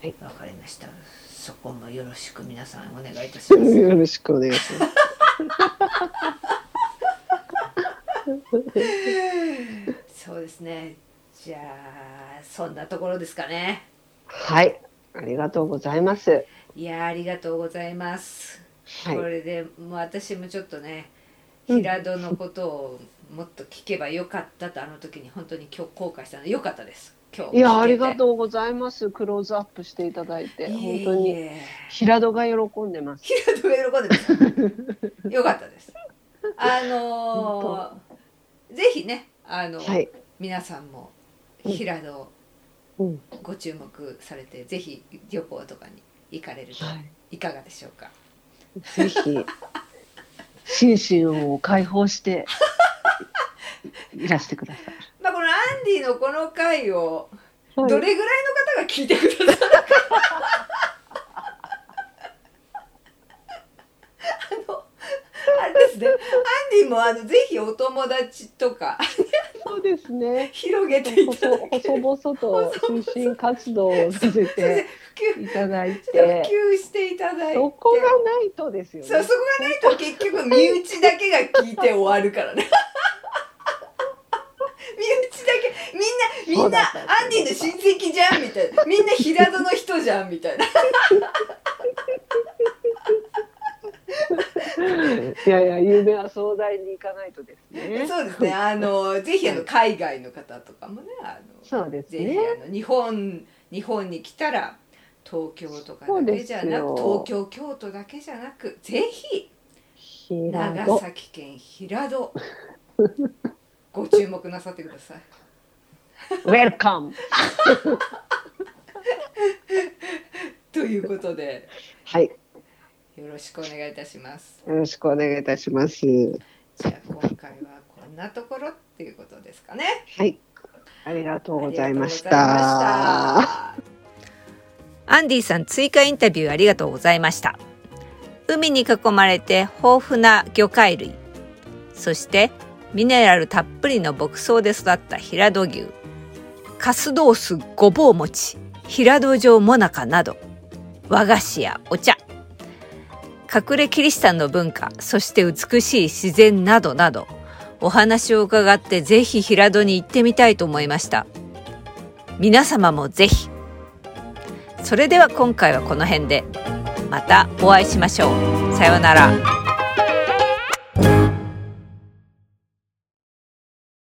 S2: はい
S1: わかりましたそこもよろしく皆さんお願いいたします
S2: よろしくお願いし ます
S1: そうですねじゃあそんなところですかね
S2: はいありがとうございます
S1: いやあありがとうございます
S2: はい
S1: これでもう私もちょっとね
S2: うん
S1: 平戸のことをもっと聞けばよかったとあの時に本当に今日後悔したのでよかったです今日
S2: いやありが
S1: う
S2: とうございますクローズアップしていただいて本当
S1: いえい
S2: に
S1: え
S2: 平戸が喜んでます
S1: 平戸が喜んでますよかったですあのーぜひねあの、
S2: はい
S1: 皆さんも
S2: うん
S1: 平戸を
S2: うん
S1: ご注目されて、ぜひ旅行とかに行かれると
S2: はい
S1: いかがでしょうか
S2: ぜひ心身を解 放していらしてくださ
S1: まあこのアンディのこの回を
S2: い、はい
S1: どれぐらいの方が聞いてくださる あのあれですねアンディもあのぜひお友達とか
S2: そうですね。
S1: 広げていただ
S2: 細
S1: ける
S2: 細々と推進活動をさせて
S1: 普及
S2: いただい
S1: 普及
S2: て、
S1: していただいて
S2: そこがないとですよ
S1: そう
S2: ね
S1: そ。こがないと結局身内だけが聞いて終わるからね 身内だけみんなみ
S2: そ
S1: ん
S2: う
S1: な
S2: だった
S1: アンディの親戚じゃんみたいなみんな平戸の人じゃんみ たいな
S2: いやいや、夢は壮大にいかないとですね。
S1: そうですねあのぜひあの海外の方とかもねあの
S2: そうです
S1: ぜひ
S2: ね。
S1: あの日本日本に来たら東京とかだけじゃなく
S2: そ
S1: 東
S2: うです
S1: 京京都だけじゃなくぜひ
S2: 平
S1: 長
S2: 戸。
S1: 崎県平戸ご注目なさってください。
S2: ウェルカム。
S1: ということで
S2: はい。
S1: よろしくお願いいたします。
S2: よろしくお願いいたします。
S1: じゃあ今回はこんなところっていうことですかね。
S2: はい。ありがとうございまし
S1: ありがとうござい
S2: た。
S1: ました。
S3: アンディさん追加インタビューありがとうございました海に囲まれて豊富な魚介類そしてミネラルたっぷりの牧草で育った平戸牛カスドースごぼう餅平戸城もなかなど和菓子やお茶隠れキリシタンの文化そして美しい自然などなどお話を伺ってぜひ平戸に行ってみたいと思いました皆様もぜひそれでは今回はこの辺でまたお会いしましょうさようなら